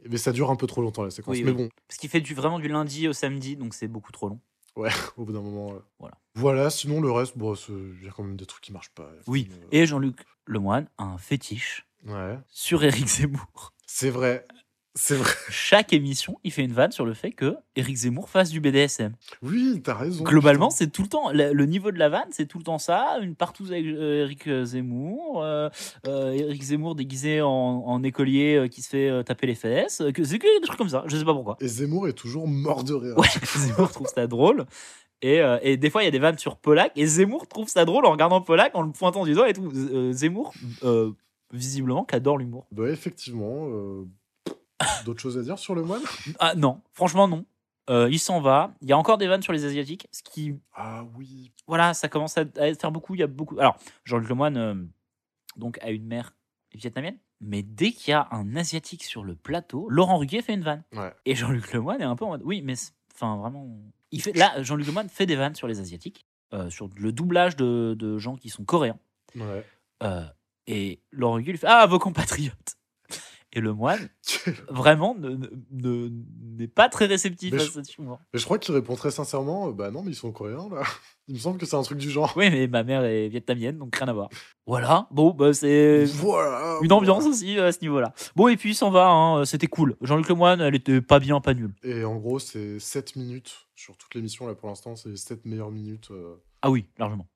S1: Mais ça dure un peu trop longtemps la séquence.
S3: Oui,
S1: Mais
S3: oui.
S1: bon,
S3: Parce qu'il fait du, vraiment du lundi au samedi, donc c'est beaucoup trop long.
S1: ouais, au bout d'un moment. euh,
S3: Voilà.
S1: Voilà. Sinon le reste, bon, c'est- il y a quand même des trucs qui marchent pas.
S3: Oui.
S1: Comme,
S3: Et Jean-Luc Lemoine a un fétiche
S1: euh, Ouais.
S3: sur Éric Zemmour.
S1: C'est vrai. C'est vrai.
S3: Chaque émission, il fait une vanne sur le fait que Éric Zemmour fasse du BDSM.
S1: Oui, t'as raison.
S3: Globalement,
S1: putain.
S3: c'est tout le temps. Le, le niveau de la vanne, c'est tout le temps ça. Une partouze avec euh, Éric Zemmour. euh, euh, Éric Zemmour déguisé en, en écolier euh, qui se fait euh, taper les fesses. euh, que- C'est que des trucs comme ça. Je sais pas pourquoi.
S1: Et Zemmour est toujours mort de rire.
S3: Ouais, Zemmour trouve ça drôle. Et, euh, et des fois, il y a des vannes sur Polak. Et Zemmour trouve ça drôle en regardant Polak, en le pointant du doigt et tout. Z- euh, Zemmour, euh, visiblement, qu'adore l'humour.
S1: Bah effectivement. euh, D'autres choses à dire sur le moine
S3: Ah non, franchement, non. Euh, il s'en va. Il y a encore des vannes sur les Asiatiques. Ce qui,
S1: Ah oui,
S3: voilà, ça commence à, à faire beaucoup. Il y a beaucoup. Alors, Jean-Luc Lemoyne, euh, donc, a une mère vietnamienne. Mais dès qu'il y a un Asiatique sur le plateau, Laurent Ruquier fait une vanne.
S1: Ouais.
S3: Et Jean-Luc Lemoyne est un peu en mode. Oui, mais c'est- enfin, vraiment. Il fait, là, Jean-Luc Lemoyne fait des vannes sur les Asiatiques, euh, sur le doublage de, de gens qui sont coréens.
S1: Ouais.
S3: Euh, et Laurent Ruquier lui fait Ah, vos compatriotes Et Lemoyne, vraiment, ne- ne- ne- n'est pas très réceptif
S1: Mais
S3: à
S1: je-
S3: cet humour.
S1: Mais je crois qu'il répond très sincèrement euh, Bah non, mais ils sont coréens là. Il me semble que c'est un truc du genre.
S3: Oui, mais ma mère est vietnamienne, donc rien à voir. Voilà, bon, bah, c'est
S1: Voilà.
S3: une ambiance aussi euh, à ce niveau-là. Bon, et puis il s'en va, hein, c'était cool. Jean-Luc Lemoyne, elle était pas bien, pas nulle.
S1: Et en gros, c'est 7 minutes sur toute l'émission là pour l'instant. C'est les 7 meilleures minutes. euh.
S3: Ah oui, largement.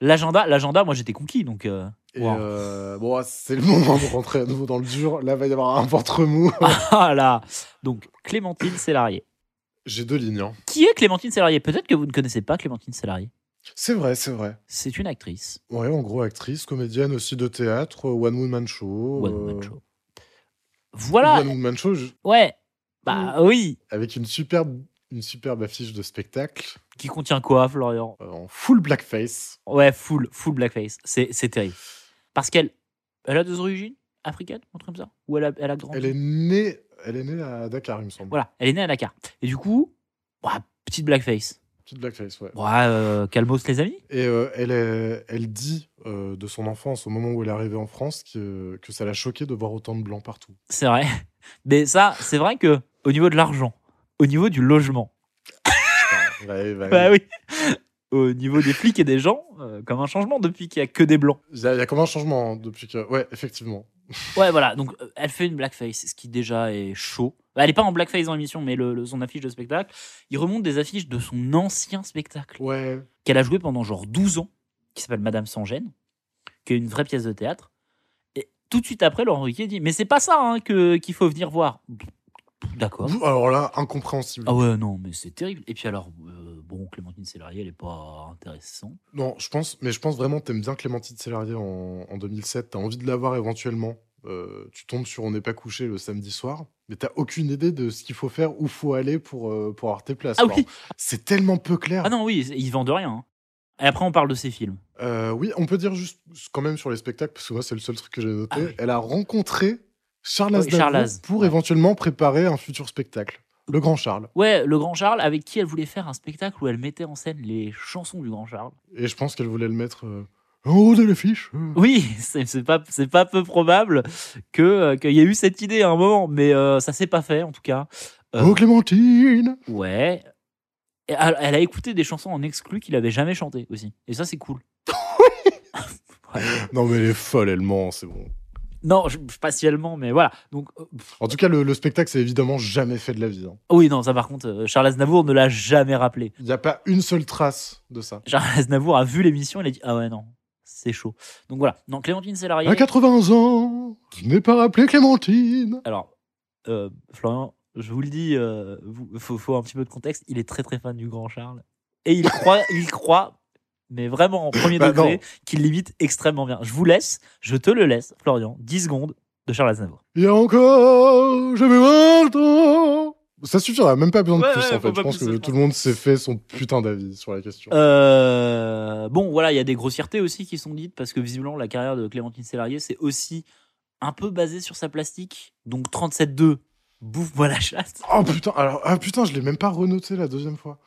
S3: L'agenda, l'agenda, moi j'étais conquis, donc. euh,
S1: Et
S3: Wow.
S1: euh, bon, ah, c'est le moment de rentrer à nouveau dans le dur. Là, va y avoir un ventre-mou.
S3: Ah là Donc, Clémentine Sélarié.
S1: J'ai deux lignes. hein.
S3: Qui est Clémentine Sélarié Peut-être que vous ne connaissez pas Clémentine Sélarié.
S1: C'est vrai, c'est vrai.
S3: C'est une actrice,
S1: Ouais, en gros, actrice, comédienne aussi de théâtre, euh, One Woman Show.
S3: One
S1: euh,
S3: Woman Show. Voilà,
S1: One Woman Mm. Show je-
S3: ouais, bah oui.
S1: avec une superbe, une superbe affiche de spectacle
S3: Qui contient quoi, Florian
S1: euh, en full blackface.
S3: Ouais, full, full blackface. C'est c'est terrible. Parce qu'elle elle a deux origines africaines, un truc comme ça Ou elle a, elle a grandi
S1: Elle est née, elle est née à Dakar, il me semble.
S3: Voilà, elle est née à Dakar. Et du coup, ouah, petite blackface.
S1: Petite blackface, ouais.
S3: Ouah, euh, calmos les amis.
S1: Et euh, elle, est- elle dit euh, de son enfance, au moment où elle est arrivée en France, que, que ça l'a choquée de voir autant de blancs partout.
S3: C'est vrai. Mais ça, c'est vrai que au niveau de l'argent, au niveau du logement,
S1: Putain, ouais, ouais.
S3: Bah oui. Au niveau des flics et des gens, euh, comme un changement depuis qu'il y a que des blancs.
S1: Il y, a il y a comme un changement hein, depuis que. Ouais, effectivement.
S3: Ouais, voilà. Donc euh, elle fait une blackface, ce qui déjà est chaud. Bah, elle est pas en blackface dans l'émission, mais le, le- son affiche de spectacle, il remonte des affiches de son ancien spectacle
S1: Ouais.
S3: qu'elle a joué pendant genre 12 ans, qui s'appelle Madame sans gêne, qui est une vraie pièce de théâtre. Et tout de suite après, Laurent Ruquier dit mais c'est pas ça hein, que qu'il faut venir voir. D'accord.
S1: Ouh, Alors là, incompréhensible.
S3: Ah ouais, non, mais c'est terrible. Et puis alors, euh, bon, Clémentine Sélarié, elle est pas intéressante.
S1: Non, je pense, mais je pense vraiment que t'aimes bien Clémentine Sélarié en, en 2007. T'as envie de la voir éventuellement. Euh, tu tombes sur On n'est pas couché le samedi soir, mais t'as aucune idée de ce qu'il faut faire, où faut aller pour, euh, pour avoir tes places.
S3: Ah
S1: quoi.
S3: oui,
S1: C'est tellement peu clair.
S3: Ah non, oui, ils vendent rien. hein. Et après, on parle de ses films.
S1: Euh, oui, on peut dire juste quand même sur les spectacles, parce que moi, c'est le seul truc que j'ai noté.
S3: Ah oui.
S1: Elle a rencontré Charles
S3: Oui,
S1: Aznavour
S3: Charles Az,
S1: pour
S3: ouais.
S1: éventuellement préparer un futur spectacle. Le Grand Charles.
S3: Ouais, le Grand Charles, avec qui elle voulait faire un spectacle où elle mettait en scène les chansons du Grand Charles.
S1: Et je pense qu'elle voulait le mettre euh, en haut de l'affiche. euh.
S3: Oui, c'est c'est pas, c'est pas peu probable que, euh, qu'il y ait eu cette idée à un moment, mais euh, ça s'est pas fait en tout cas. Euh,
S1: Oh Clémentine
S3: Ouais. Et elle, elle a écouté des chansons en exclu qu'il avait jamais chantées aussi. Et ça, c'est cool. Ouais.
S1: Non mais elle est folle, elle ment, c'est bon.
S3: Non, je- spatialement, mais voilà. Donc, euh, pff,
S1: En tout cas, le, le spectacle, c'est évidemment jamais fait de la vie. hein.
S3: oui, non, ça par contre, euh, Charles Aznavour ne l'a jamais rappelé.
S1: Il n'y a pas une seule trace de ça.
S3: Charles Aznavour a vu l'émission, il a dit Ah ouais, non, c'est chaud. Donc voilà. Non, Clémentine Sélarié.
S1: À 80 ans, je n'ai pas rappelé Clémentine.
S3: Alors, euh, Florian, je vous le dis, euh, vous- faut, faut un petit peu de contexte. Il est très très fan du grand Charles. Et il croit, il croit, mais vraiment en premier
S1: Bah non.
S3: degré, qu'il l'imite extrêmement bien. Je vous laisse, je te le laisse, Florian, 10 secondes de Charles Aznavour.
S1: Il y a encore, j'avais 20 ans. Ça suffira, même pas besoin de
S3: Ouais,
S1: plus
S3: ouais, faut
S1: en fait. Je
S3: pas
S1: pense
S3: plus,
S1: que
S3: je
S1: tout le monde s'est fait son putain d'avis sur la question.
S3: Euh, bon, voilà, il y a des grossièretés aussi qui sont dites parce que visiblement la carrière de Clémentine Sélarié, c'est aussi un peu basée sur sa plastique. Donc 37-2, bouffe-moi la chatte.
S1: Oh putain, alors ah putain, je l'ai même pas renoté la deuxième fois.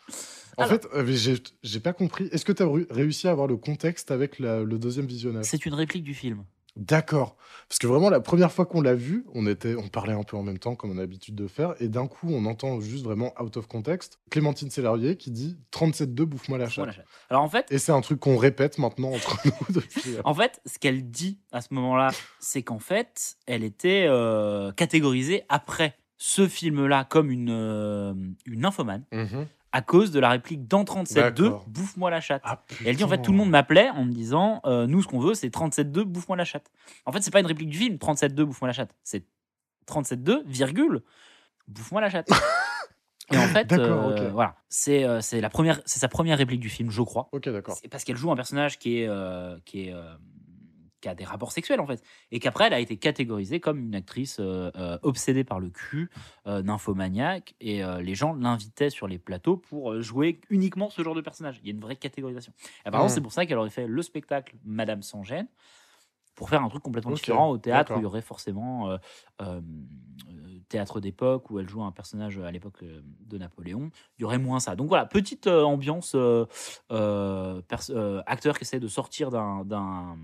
S1: En fait, euh, mais j'ai j'ai pas compris. Est-ce que tu as réussi à avoir le contexte avec la- le deuxième visionnage
S3: C'est une réplique du film.
S1: D'accord. Parce que vraiment, la première fois qu'on l'a vu, on, était, on parlait un peu en même temps, comme on a l'habitude de faire, et d'un coup, on entend juste vraiment out of context Clémentine Sélarié qui dit 37-2, bouffe-moi la
S3: Bouffe-moi
S1: chatte.
S3: la chatte. Alors en fait.
S1: Et c'est un truc qu'on répète maintenant entre nous depuis. euh,
S3: En fait, ce qu'elle dit à ce moment-là, c'est qu'en fait, elle était euh, catégorisée après ce film-là comme une, euh, une infomane
S1: Mhm.
S3: à cause de la réplique dans 37.2,
S1: D'accord.
S3: bouffe-moi la chatte.
S1: Ah,
S3: Et elle dit en fait,
S1: putain.
S3: tout le monde m'appelait en me disant, euh, nous, ce qu'on veut, c'est 37.2, bouffe-moi la chatte. En fait, c'est pas une réplique du film, 37.2, bouffe-moi la chatte. C'est 37.2, virgule, bouffe-moi la chatte. Et en fait,
S1: D'accord,
S3: euh,
S1: ok.
S3: voilà, c'est euh, c'est la première, c'est sa première réplique du film, je crois.
S1: Ok, d'accord.
S3: C'est parce qu'elle joue un personnage qui est euh, qui est euh, qui a des rapports sexuels en fait, et qu'après elle a été catégorisée comme une actrice euh, euh, obsédée par le cul, euh, nymphomaniaque, et euh, les gens l'invitaient sur les plateaux pour euh, jouer uniquement ce genre de personnage. Il y a une vraie catégorisation. Et Apparemment,
S1: Hmm.
S3: c'est pour ça qu'elle aurait fait le spectacle Madame sans gêne pour faire un truc complètement
S1: Ok,
S3: différent au théâtre où
S1: d'accord.
S3: il y aurait forcément euh, euh, euh, théâtre d'époque où elle joue un personnage euh, à l'époque euh, de Napoléon, il y aurait moins ça. Donc voilà, petite euh, ambiance euh, euh, pers- euh, acteur qui essaie de sortir d'un- d'un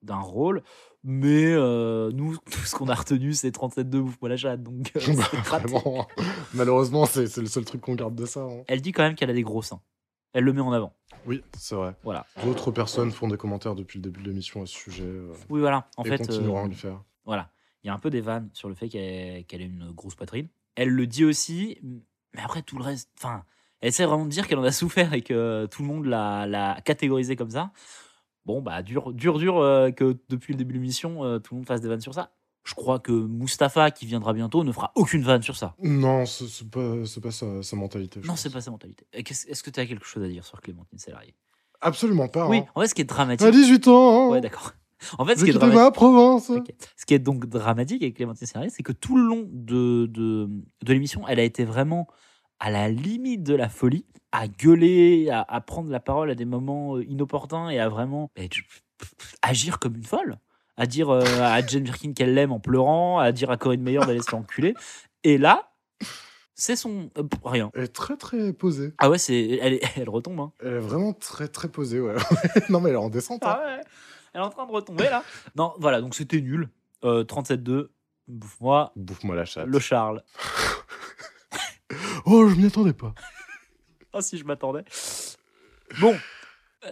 S3: d'un rôle, mais euh, nous, tout ce qu'on a retenu, c'est 37-2, bouffe-moi la chatte, donc euh, c'est
S1: Bah,
S3: raté.
S1: Vraiment, hein. malheureusement, c'est c'est le seul truc qu'on garde de ça. hein.
S3: Elle dit quand même qu'elle a des gros seins. Elle le met en avant.
S1: Oui, c'est vrai.
S3: Voilà.
S1: D'autres personnes font des commentaires depuis le début de l'émission à ce sujet. euh,
S3: Oui, voilà. En
S1: et
S3: fait,
S1: continueront
S3: euh,
S1: à le faire.
S3: Voilà. Il y a un peu des vannes sur le fait qu'elle qu'elle ait une grosse poitrine. Elle le dit aussi, mais après tout le reste. Enfin, elle essaie vraiment de dire qu'elle en a souffert et que tout le monde l'a l'a catégorisée comme ça. Bon, bah, dur, dur, dur euh, que depuis le début de l'émission, euh, tout le monde fasse des vannes sur ça. Je crois que Mustapha, qui viendra bientôt, ne fera aucune vanne sur ça.
S1: Non, c'est c'est pas, c'est pas sa, sa mentalité. je
S3: Non,
S1: pense.
S3: c'est pas sa mentalité. Et qu'est-ce- Est-ce que tu as quelque chose à dire sur Clémentine Salarié
S1: Absolument pas.
S3: Oui,
S1: hein.
S3: en fait, ce qui est dramatique.
S1: À 18 ans, hein,
S3: Ouais, d'accord. En fait, ce
S1: j'ai
S3: qui est
S1: quitté
S3: dramatique.
S1: ma province.
S3: Ok. Ce qui est donc dramatique avec Clémentine Serrier, c'est que tout le long de, de, de l'émission, elle a été vraiment à la limite de la folie, à gueuler, à, à prendre la parole à des moments euh, inopportuns et à vraiment eh, tu- agir comme une folle. À dire euh, à Jane Birkin qu'elle l'aime en pleurant, à dire à Corinne Meyer d'aller se faire enculer. Et là, c'est son. euh, pff, rien.
S1: Elle est très très posée.
S3: Ah ouais, c'est, elle, est- elle retombe. hein.
S1: Elle est vraiment très très posée, ouais. non, mais elle est en descente. hein.
S3: Ah ouais, elle est en train de retomber là. Non, voilà, donc c'était nul. Euh, 37-2, bouffe-moi
S1: Bouffe-moi la chatte.
S3: le Charles.
S1: Oh, je m'y attendais pas.
S3: Ah si je m'attendais. Bon,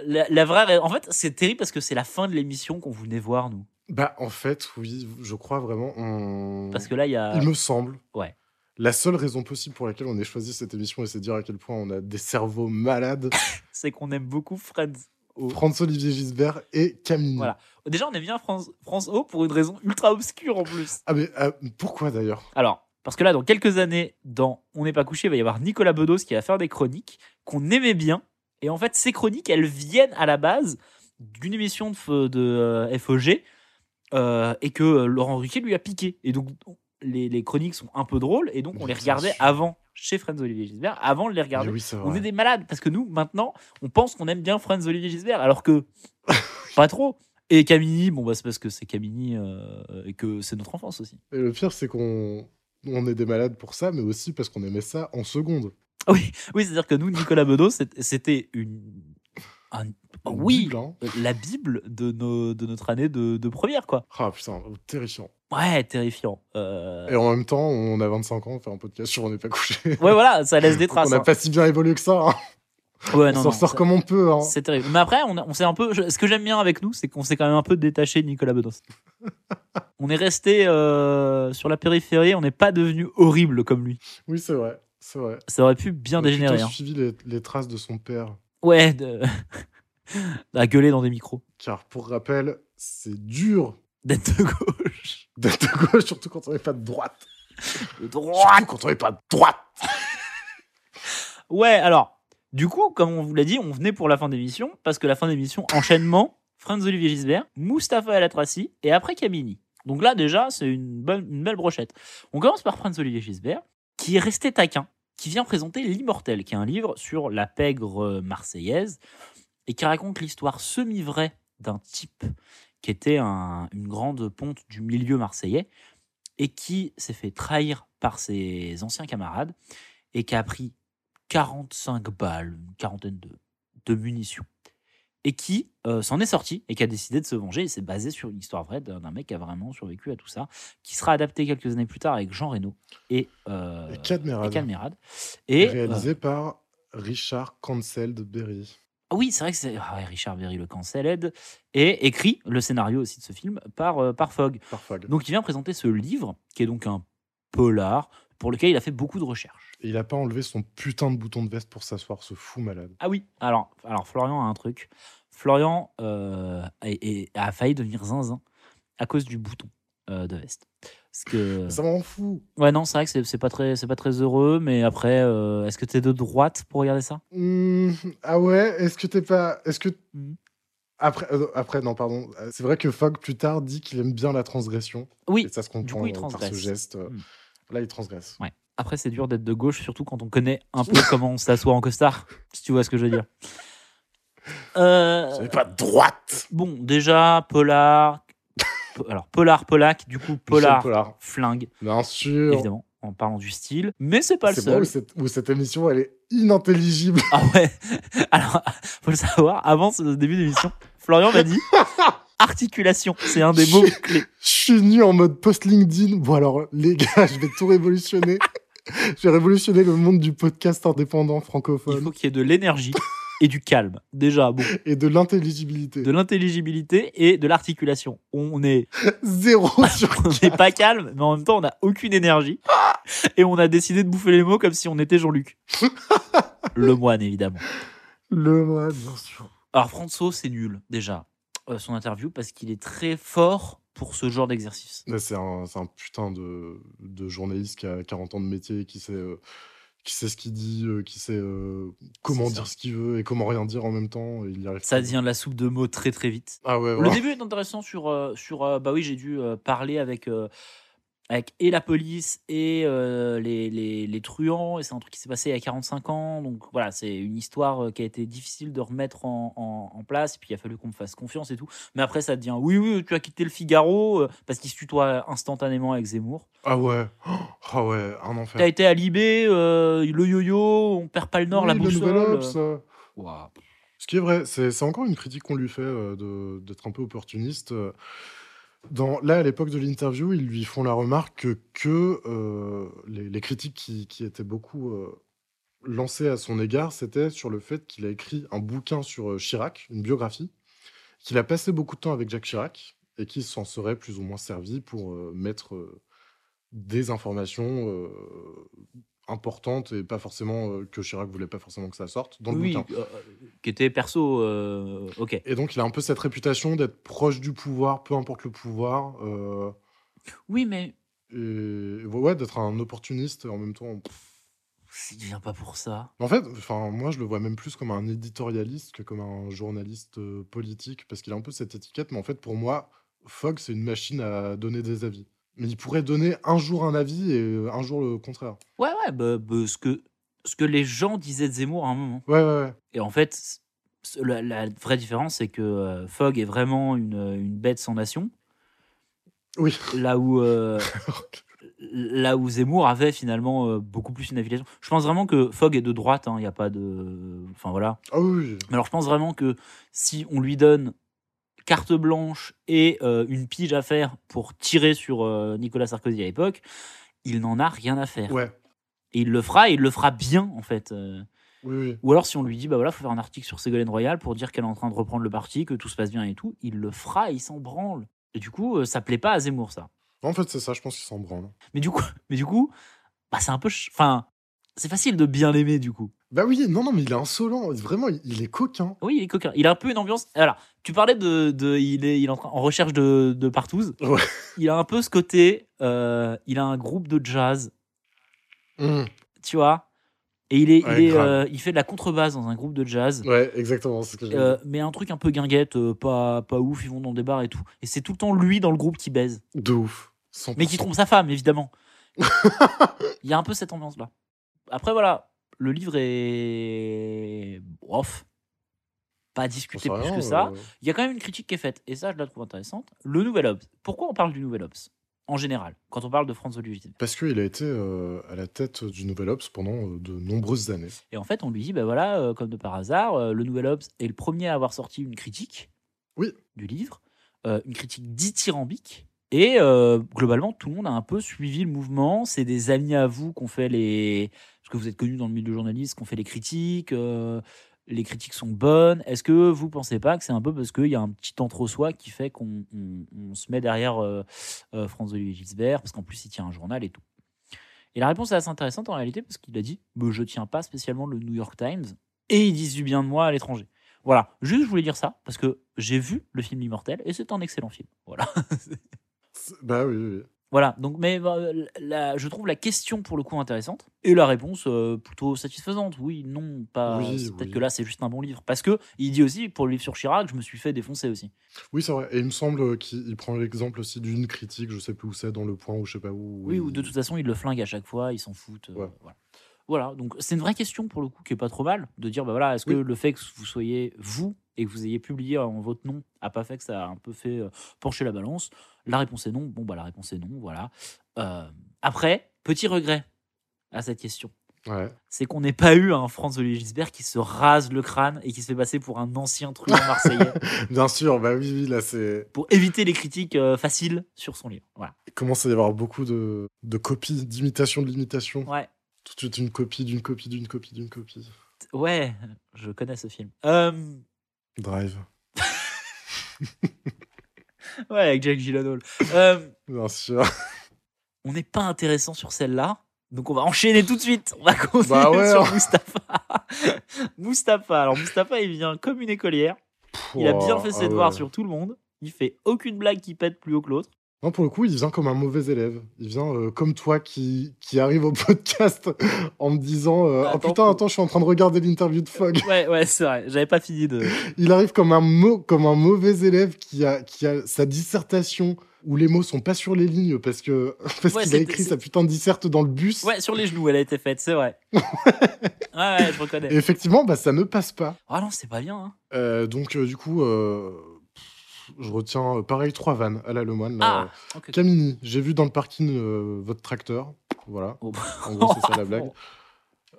S3: la, la vraie, ré- en fait, c'est terrible parce que c'est la fin de l'émission qu'on venait voir nous.
S1: Bah, en fait, oui, je crois vraiment. on-
S3: Parce que là, il y a.
S1: Il me semble.
S3: Ah. Ouais.
S1: La seule raison possible pour laquelle on ait choisi cette émission, et c'est dire à quel point on a des cerveaux malades,
S3: C'est qu'on aime beaucoup Friends. O.
S1: François-Olivier Gisbert et Camille.
S3: Oh. Voilà. Déjà, on aime bien France, France O pour une raison ultra obscure en plus.
S1: Ah, mais euh, pourquoi d'ailleurs
S3: Alors, parce que là, dans quelques années, dans On n'est pas couché, il va y avoir Nicolas Bedos qui va faire des chroniques qu'on aimait bien. Et en fait, ces chroniques, elles viennent à la base d'une émission de, F- de, euh, FOG euh, et que euh, Laurent Ruquier lui a piqué. Et donc, on- les, les chroniques sont un peu drôles et donc on les
S1: Bien
S3: regardait
S1: sûr.
S3: avant chez Friends Olivier Gisbert, avant de les regarder.
S1: Mais oui, c'est
S3: On
S1: vrai.
S3: est des malades parce que nous, maintenant, on pense qu'on aime bien Franz Olivier Gisbert, alors que pas trop. Et Camini, bon, bah, c'est parce que c'est Camini euh, et que c'est notre enfance aussi.
S1: Et le pire, c'est qu'on on est des malades pour ça, mais aussi parce qu'on aimait ça en seconde.
S3: Oui, c'est-à-dire que nous, Nicolas Bedos, c'est- c'était une. un- oh, oui,
S1: Bible, hein.
S3: la Bible de, nos, de notre année de, de première, quoi.
S1: Ah putain, terrifiant.
S3: Ouais, terrifiant. Euh,
S1: Et en même temps, on a 25 ans, on fait un podcast sur On n'est pas couché.
S3: Ouais, voilà, ça laisse des
S1: Donc on
S3: traces.
S1: n'a
S3: hein.
S1: pas si bien évolué que ça. hein.
S3: Ouais,
S1: on
S3: non,
S1: s'en
S3: non,
S1: sort
S3: ça-
S1: comme on peut. hein.
S3: C'est terrible. Mais après, on, a- on s'est un peu. je- Ce que j'aime bien avec nous, c'est qu'on s'est quand même un peu détaché de Nicolas Bedos. on est resté euh, sur la périphérie. On n'est pas devenu horrible comme lui.
S1: Oui, c'est vrai. C'est vrai.
S3: Ça aurait pu bien
S1: On a
S3: dégénérer.
S1: plutôt
S3: hein.
S1: suivi les, les traces de son père.
S3: Ouais, de... à gueuler dans des micros.
S1: Car pour rappel, c'est dur
S3: D'être de gauche,
S1: d'être de gauche, surtout quand on n'est pas de droite.
S3: de droite.
S1: Surtout quand on n'est pas de droite.
S3: Ouais, alors, du coup, comme on vous l'a dit, on venait pour la fin d'émission, parce que la fin d'émission, enchaînement, Franz Olivier Gisbert, Mustapha El Atrassi, et après Camini. Donc là, déjà, c'est une, bonne, une belle brochette. On commence par Franz Olivier Gisbert, qui est resté taquin, qui vient présenter L'Immortel, qui est un livre sur la pègre euh, marseillaise, et qui raconte l'histoire semi-vraie d'un type qui était un- une grande ponte du milieu marseillais, et qui s'est fait trahir par ses anciens camarades, et qui a pris 45 balles, une quarantaine de, de munitions, et qui euh, s'en est sorti, et qui a décidé de se venger, et c'est basé sur une histoire vraie d'un d'un mec qui a vraiment survécu à tout ça, qui sera adapté quelques années plus tard avec Jean Reno et, euh,
S1: Et Cadmerade.
S3: et Cadmerade. Et,
S1: réalisé
S3: euh,
S1: par Richard Cancel de Berry.
S3: ah oui, c'est vrai que c'est ah ouais, Richard Berry, le cancel et écrit le scénario aussi de ce film par, euh, par Fogg.
S1: Par Fogg.
S3: Donc il vient présenter ce livre, qui est donc un polar, pour lequel il a fait beaucoup de recherches.
S1: Et il a pas enlevé son putain de bouton de veste pour s'asseoir, ce fou malade.
S3: Ah oui, alors, alors Florian a un truc. Florian euh, est- est- a failli devenir zinzin à cause du bouton euh, de veste. Parce que...
S1: Ça m'en fout.
S3: Ouais, non, c'est vrai que c'est- c'est pas, très- c'est pas très heureux, mais après, euh, est-ce que t'es de droite pour regarder ça
S1: Hmm, ah ouais, est-ce que t'es pas. Est-ce que. Après, euh, après, non, pardon. Euh, C'est vrai que Fogg, plus tard, dit qu'il aime bien la transgression.
S3: Oui,
S1: Et ça se
S3: du
S1: comprend
S3: coup, il
S1: euh, par
S3: transgresse.
S1: ce geste. euh,
S3: Hmm.
S1: Là, il transgresse.
S3: Ouais. Après, c'est dur d'être de gauche, surtout quand on connaît un peu comment on s'assoit en costard, si tu vois ce que je veux dire. Euh,
S1: C'est pas de droite
S3: Bon, déjà, polar. po- Alors, polar, polac, du coup, polar,
S1: Polar.
S3: flingue,
S1: Bien sûr.
S3: évidemment, en parlant du style. Mais c'est pas le
S1: C'est moi
S3: seul.
S1: où cette, où cette émission, elle est inintelligible.
S3: Ah ouais Alors, faut le savoir, avant ce début d'émission, Florian m'a dit articulation, c'est un des mots clés.
S1: Je suis nu en mode post-LinkedIn. Bon, alors, les gars, je vais tout révolutionner. je vais révolutionner le monde du podcast indépendant
S3: Il
S1: francophone
S3: faut qu'il y ait de l'énergie et du calme. Déjà, bon,
S1: et de l'intelligibilité.
S3: de l'intelligibilité et de l'articulation. On est
S1: Zéro sur
S3: on n'est pas calme, mais en même temps, on n'a aucune énergie. Et on a décidé de bouffer les mots comme si on était Jean-Luc. Le moine, évidemment.
S1: le mois, bien sûr.
S3: Alors, François, c'est nul, déjà, euh, son interview, parce qu'il est très fort pour ce genre d'exercice.
S1: Là, C'est un, c'est un putain de, de journaliste qui a 40 ans de métier, qui sait, euh, qui sait ce qu'il dit, euh, qui sait euh, comment
S3: C'est ça.
S1: dire ce qu'il veut et comment rien dire en même temps. et il y arrive
S3: Ça
S1: pas.
S3: devient de la soupe de mots très, très vite.
S1: Ah ouais,
S3: Le
S1: voilà.
S3: début est intéressant sur. euh, sur euh, bah oui, j'ai dû euh, parler avec. euh, avec et la police et euh, les, les- les truands, et c'est un truc qui s'est passé il y a 45 ans. Donc voilà, c'est une histoire euh, qui a été difficile de remettre en, en- en place, et puis il a fallu qu'on me fasse confiance et tout. Mais après, ça devient oui, oui, tu as quitté le Figaro, euh, parce qu'il se tutoie instantanément avec Zemmour.
S1: Ah ouais. Ah ouais, un
S3: Tu as
S1: enfer.
S3: été à Libé, euh, le yo-yo, on perd pas le nord, la
S1: Oui, le nouvel
S3: boussole.
S1: Obs, euh.
S3: Ouah.
S1: Ce qui est vrai, c'est c'est encore une critique qu'on lui fait euh, de- d'être un peu opportuniste. euh. Dans, là, à l'époque de l'interview, ils lui font la remarque que, que, euh, les, les critiques qui, qui étaient beaucoup euh, lancées à son égard, c'était sur le fait qu'il a écrit un bouquin sur euh, Chirac, une biographie, qu'il a passé beaucoup de temps avec Jacques Chirac et qu'il s'en serait plus ou moins servi pour euh, mettre euh, des informations euh, importantes et pas forcément euh, que Chirac voulait pas forcément que ça sorte dans le
S3: oui,
S1: bouquin.
S3: euh, qui était perso, euh, ok.
S1: Et donc, il a un peu cette réputation d'être proche du pouvoir, peu importe le pouvoir. euh,
S3: Oui, mais
S1: et ouais, ouais, d'être un opportuniste en même temps.
S3: il vient pas pour ça.
S1: En fait, enfin, moi, je le vois même plus comme un éditorialiste que comme un journaliste euh, politique, parce qu'il a un peu cette étiquette. Mais en fait, pour moi, Fogg, c'est une machine à donner des avis. Mais il pourrait donner un jour un avis et euh, un jour le contraire.
S3: Ouais, ouais, bah, bah, ce, que, ce que les gens disaient de Zemmour à un moment.
S1: Ouais, ouais, ouais.
S3: Et en fait, c- c- la, la vraie différence, c'est que euh, Fogg est vraiment une, euh, une bête sans nation,
S1: Oui.
S3: là où, euh, là où Zemmour avait finalement euh, beaucoup plus une affiliation. Je pense vraiment que Fogg est de droite, il n'y a pas de. Enfin voilà.
S1: Ah oui, oui.
S3: Mais alors je pense vraiment que si on lui donne carte blanche et euh, une pige à faire pour tirer sur euh, Nicolas Sarkozy à l'époque, il n'en a rien à faire.
S1: Ouais.
S3: Et il le fera, et il le fera bien en fait. euh.
S1: Oui, oui.
S3: Ou alors si on lui dit, bah voilà, faut faire un article sur Ségolène Royal pour dire qu'elle est en train de reprendre le parti, que tout se passe bien et tout, il le fera, il s'en branle. Et du coup, euh, ça plaît pas à Zemmour ça.
S1: En fait, c'est ça, je pense qu'il s'en branle.
S3: Mais du coup, mais du coup, bah c'est un peu, ch- enfin, c'est facile de bien l'aimer du coup.
S1: Bah oui, non, non, mais il est insolent. Vraiment, il- il est coquin.
S3: Oui, il est coquin. Il a un peu une ambiance. Alors, tu parlais de, de- il est, il est en, train- en recherche de, de partouze.
S1: Ouais.
S3: Il a un peu ce côté, euh, il a un groupe de jazz, Mmh.
S1: Hum.
S3: tu vois, et il est,
S1: Ouais,
S3: il est,
S1: grave.
S3: euh, il fait de la contrebasse dans un groupe de jazz.
S1: Ouais, exactement. C'est ce que j'ai
S3: Euh, mais un truc un peu guinguette, euh, pas, pas ouf, ils vont dans des bars et tout. Et c'est tout le temps lui dans le groupe qui baise,
S1: De ouf. 100%.
S3: mais qui trompe sa femme, évidemment. Il y a un peu cette ambiance-là. Après, voilà, le livre est. Bof. Pas à discuter
S1: Bon, ça
S3: plus
S1: va,
S3: que ça.
S1: euh.
S3: Il y a quand même une critique qui est faite, et ça, je la trouve intéressante. Le Nouvel Obs. Pourquoi on parle du Nouvel Obs En général, quand on parle de Franz Olivier.
S1: Parce qu'il a été euh, à la tête du Nouvel Obs pendant euh, de nombreuses années.
S3: Et en fait, on lui dit, ben voilà, euh, comme de par hasard, euh, le Nouvel Obs est le premier à avoir sorti une critique
S1: Oui.
S3: du livre, euh, une critique dithyrambique. Et euh, globalement, tout le monde a un peu suivi le mouvement. C'est des amis à vous qu'on fait les. Parce que vous êtes connus dans le milieu du journalisme, qu'on fait les critiques. euh, les critiques sont bonnes. Est-ce que vous pensez pas que c'est un peu parce qu'il y a un petit entre-soi qui fait qu'on on- on se met derrière euh, euh, Franz-Olivier Gisbert Parce qu'en plus, il tient un journal et tout. Et la réponse est assez intéressante en réalité parce qu'il a dit Bah, Je tiens pas spécialement le New York Times et ils disent du bien de moi à l'étranger. Voilà, juste je voulais dire ça parce que j'ai vu le film L'Immortel et c'est un excellent film. Voilà.
S1: C'est- Bah oui, oui, oui.
S3: Voilà, donc, mais euh, la- je trouve la question pour le coup intéressante et la réponse euh, plutôt satisfaisante. Oui, non, pas.
S1: Oui,
S3: c'est Peut-être
S1: oui.
S3: que là, c'est juste un bon livre. Parce que il dit aussi, pour le livre sur Chirac, je me suis fait défoncer aussi.
S1: Oui, c'est vrai. Et il me semble euh, qu'il il prend l'exemple aussi d'une critique, je sais plus où c'est, dans le point ou je sais pas où.
S3: Oui,
S1: il-
S3: ou de toute façon, ils le flinguent à chaque fois, ils s'en foutent. euh,
S1: Ouais.
S3: voilà. Voilà, donc c'est une vraie question pour le coup qui est pas trop mal de dire bah voilà, est-ce que
S1: Oui.
S3: le fait que vous soyez vous et que vous ayez publié en votre nom a pas fait que ça a un peu fait euh, pencher la balance La réponse est non. Bon, bah la réponse est non, voilà. Euh, après, petit regret à cette question
S1: Ouais.
S3: c'est qu'on n'ait pas eu un Franz Olivier Gisbert qui se rase le crâne et qui se fait passer pour un ancien truand marseillais
S1: Bien sûr, bah oui, oui, là, c'est.
S3: pour éviter les critiques euh, faciles sur son livre. Voilà.
S1: Il commence à y avoir beaucoup de, de copies, d'imitations de l'imitation.
S3: Ouais.
S1: Tout de suite, une copie, d'une copie, d'une copie, d'une copie.
S3: Ouais, je connais ce film. Euh,
S1: Drive.
S3: Ouais, avec Jack Gyllenhaal. Euh,
S1: Bien sûr.
S3: on n'est pas intéressant sur celle-là, donc on va enchaîner tout de suite. On va continuer
S1: Bah ouais,
S3: sur
S1: hein.
S3: Mustapha. Mustapha, alors Mustapha, il vient comme une écolière. Il a bien fait
S1: Ah
S3: ses devoirs
S1: ouais.
S3: sur tout le monde. Il fait aucune blague qui pète plus haut que l'autre.
S1: Non, pour le coup, il vient comme un mauvais élève. Il vient euh, comme toi qui, qui arrive au podcast en me disant euh, Oh
S3: Attends,
S1: putain,
S3: faut-
S1: attends, je suis en train de regarder l'interview de Fogg.
S3: Ouais, ouais, c'est vrai. J'avais pas fini de.
S1: Il arrive comme un, mo- comme un mauvais élève qui a, qui a sa dissertation où les mots sont pas sur les lignes parce que parce
S3: Ouais,
S1: qu'il a
S3: c'était-
S1: écrit sa
S3: c'est-
S1: putain de disserte dans le bus.
S3: Ouais, sur les genoux, elle a été faite, c'est vrai. Ouais, ouais, je reconnais.
S1: Et effectivement, bah, ça ne passe pas.
S3: Ah non, c'est pas bien. hein.
S1: Euh, donc, euh, du coup, euh, pff, je retiens euh, pareil trois vannes à la Lemoine. là.
S3: Ah, ok.
S1: Camini, j'ai vu dans le parking euh, votre tracteur. Voilà.
S3: Oh, bah.
S1: En gros, c'est ça la blague.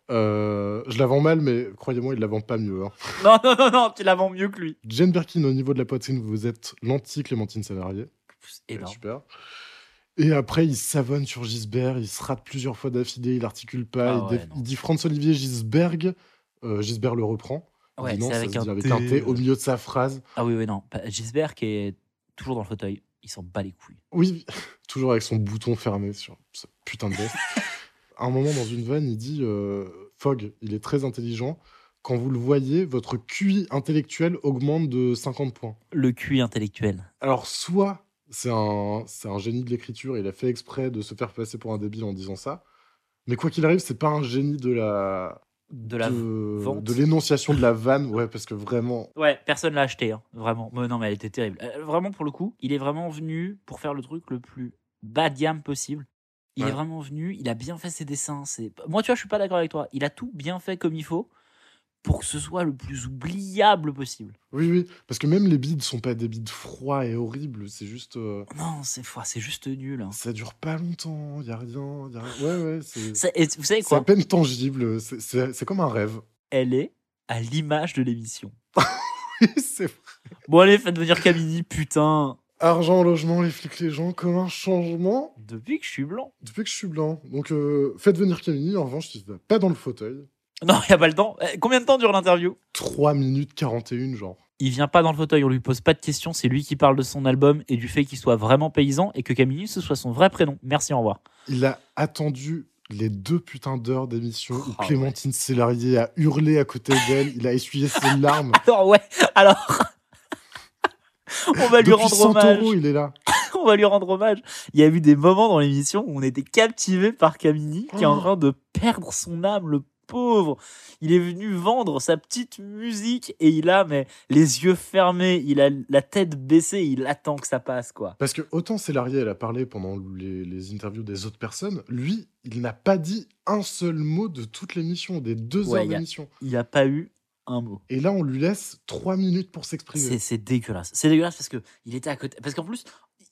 S1: Euh, je la vends mal, mais croyez-moi, il la vend pas mieux. hein.
S3: Non, non, non, non, tu la vends mieux que lui.
S1: Jane Birkin, au niveau de la poitrine, vous êtes l'anti-Clémentine Salarié.
S3: Et
S1: Ouais, super. Et après, il savonne sur Gisbert, il se rate plusieurs fois d'affilée, il articule pas,
S3: Ah
S1: il,
S3: ouais,
S1: dé-
S3: non.
S1: il dit Franz-Olivier Gisberg, euh, Gisbert le reprend. Il
S3: Ouais,
S1: dit non,
S3: c'est
S1: ça
S3: avec
S1: se
S3: un
S1: dit avec
S3: T,
S1: un T
S3: euh.
S1: au milieu de sa phrase.
S3: Ah oui, oui, non. Bah, Gisbert qui est toujours dans le fauteuil, il s'en bat les couilles.
S1: Oui, toujours avec son bouton fermé sur ce putain de veste. à un moment, dans une vanne, il dit euh, Fogg, il est très intelligent. Quand vous le voyez, votre QI intellectuel augmente de 50 points.
S3: Le QI intellectuel.
S1: Alors, soit c'est un, c'est un génie de l'écriture, il a fait exprès de se faire passer pour un débile en disant ça, mais quoi qu'il arrive, c'est pas un génie de la.
S3: De la vente.
S1: de l'énonciation de la vanne, ouais, parce que vraiment.
S3: Ouais, personne l'a acheté, hein, vraiment. Mais non, mais elle était terrible. Euh, vraiment, pour le coup, il est vraiment venu pour faire le truc le plus bas de gamme possible. Il
S1: Ouais.
S3: est vraiment venu, il a bien fait ses dessins. C'est... Moi, tu vois, je suis pas d'accord avec toi. Il a tout bien fait comme il faut pour que ce soit le plus oubliable possible.
S1: Oui, oui, parce que même les bides sont pas des bides froids et horribles, c'est juste. euh,
S3: Non, c'est, fou, c'est juste nul. hein.
S1: ça dure pas longtemps, y a rien. y a rien- Ouais, ouais, c'est.
S3: C'est- et vous savez
S1: C'est à
S3: quoi
S1: peine tangible, c'est- c'est c'est comme un rêve.
S3: Elle est à l'image de l'émission.
S1: C'est vrai.
S3: Bon, allez, faites venir Camini, putain.
S1: Argent, logement, les flics, les gens, comme un changement.
S3: Depuis que je suis blanc.
S1: Depuis que je suis blanc. Donc, euh, faites venir Camini, en revanche, il va pas dans le fauteuil.
S3: Non, il a pas le temps. Eh, Combien de temps dure l'interview
S1: 3 minutes 41, genre.
S3: il vient pas dans le fauteuil, on lui pose pas de questions, c'est lui qui parle de son album et du fait qu'il soit vraiment paysan et que Camille ce soit son vrai prénom. Merci, au revoir.
S1: Il a attendu les deux putains d'heures d'émission où
S3: Oh,
S1: Clémentine Sélarié a hurlé à côté d'elle, il a essuyé ses larmes.
S3: Alors ouais, alors on va lui
S1: Depuis
S3: rendre hommage.
S1: euros, il est là.
S3: On va lui rendre hommage. Il y a eu des moments dans l'émission où on était captivé par Camille qui est en
S1: Oh.
S3: train de perdre son âme, le pauvre. Il est venu vendre sa petite musique et il a mais les yeux fermés, il a la tête baissée, il attend que ça passe quoi.
S1: Parce que autant Célarié, elle a parlé pendant les, les interviews des autres personnes, lui, il n'a pas dit un seul mot de toute l'émission, des deux
S3: Ouais,
S1: heures
S3: il y a-
S1: d'émission.
S3: Il n'a pas eu un mot.
S1: Et là, on lui laisse trois minutes pour s'exprimer.
S3: C'est c'est dégueulasse. C'est dégueulasse parce que il était à côté. Parce qu'en plus,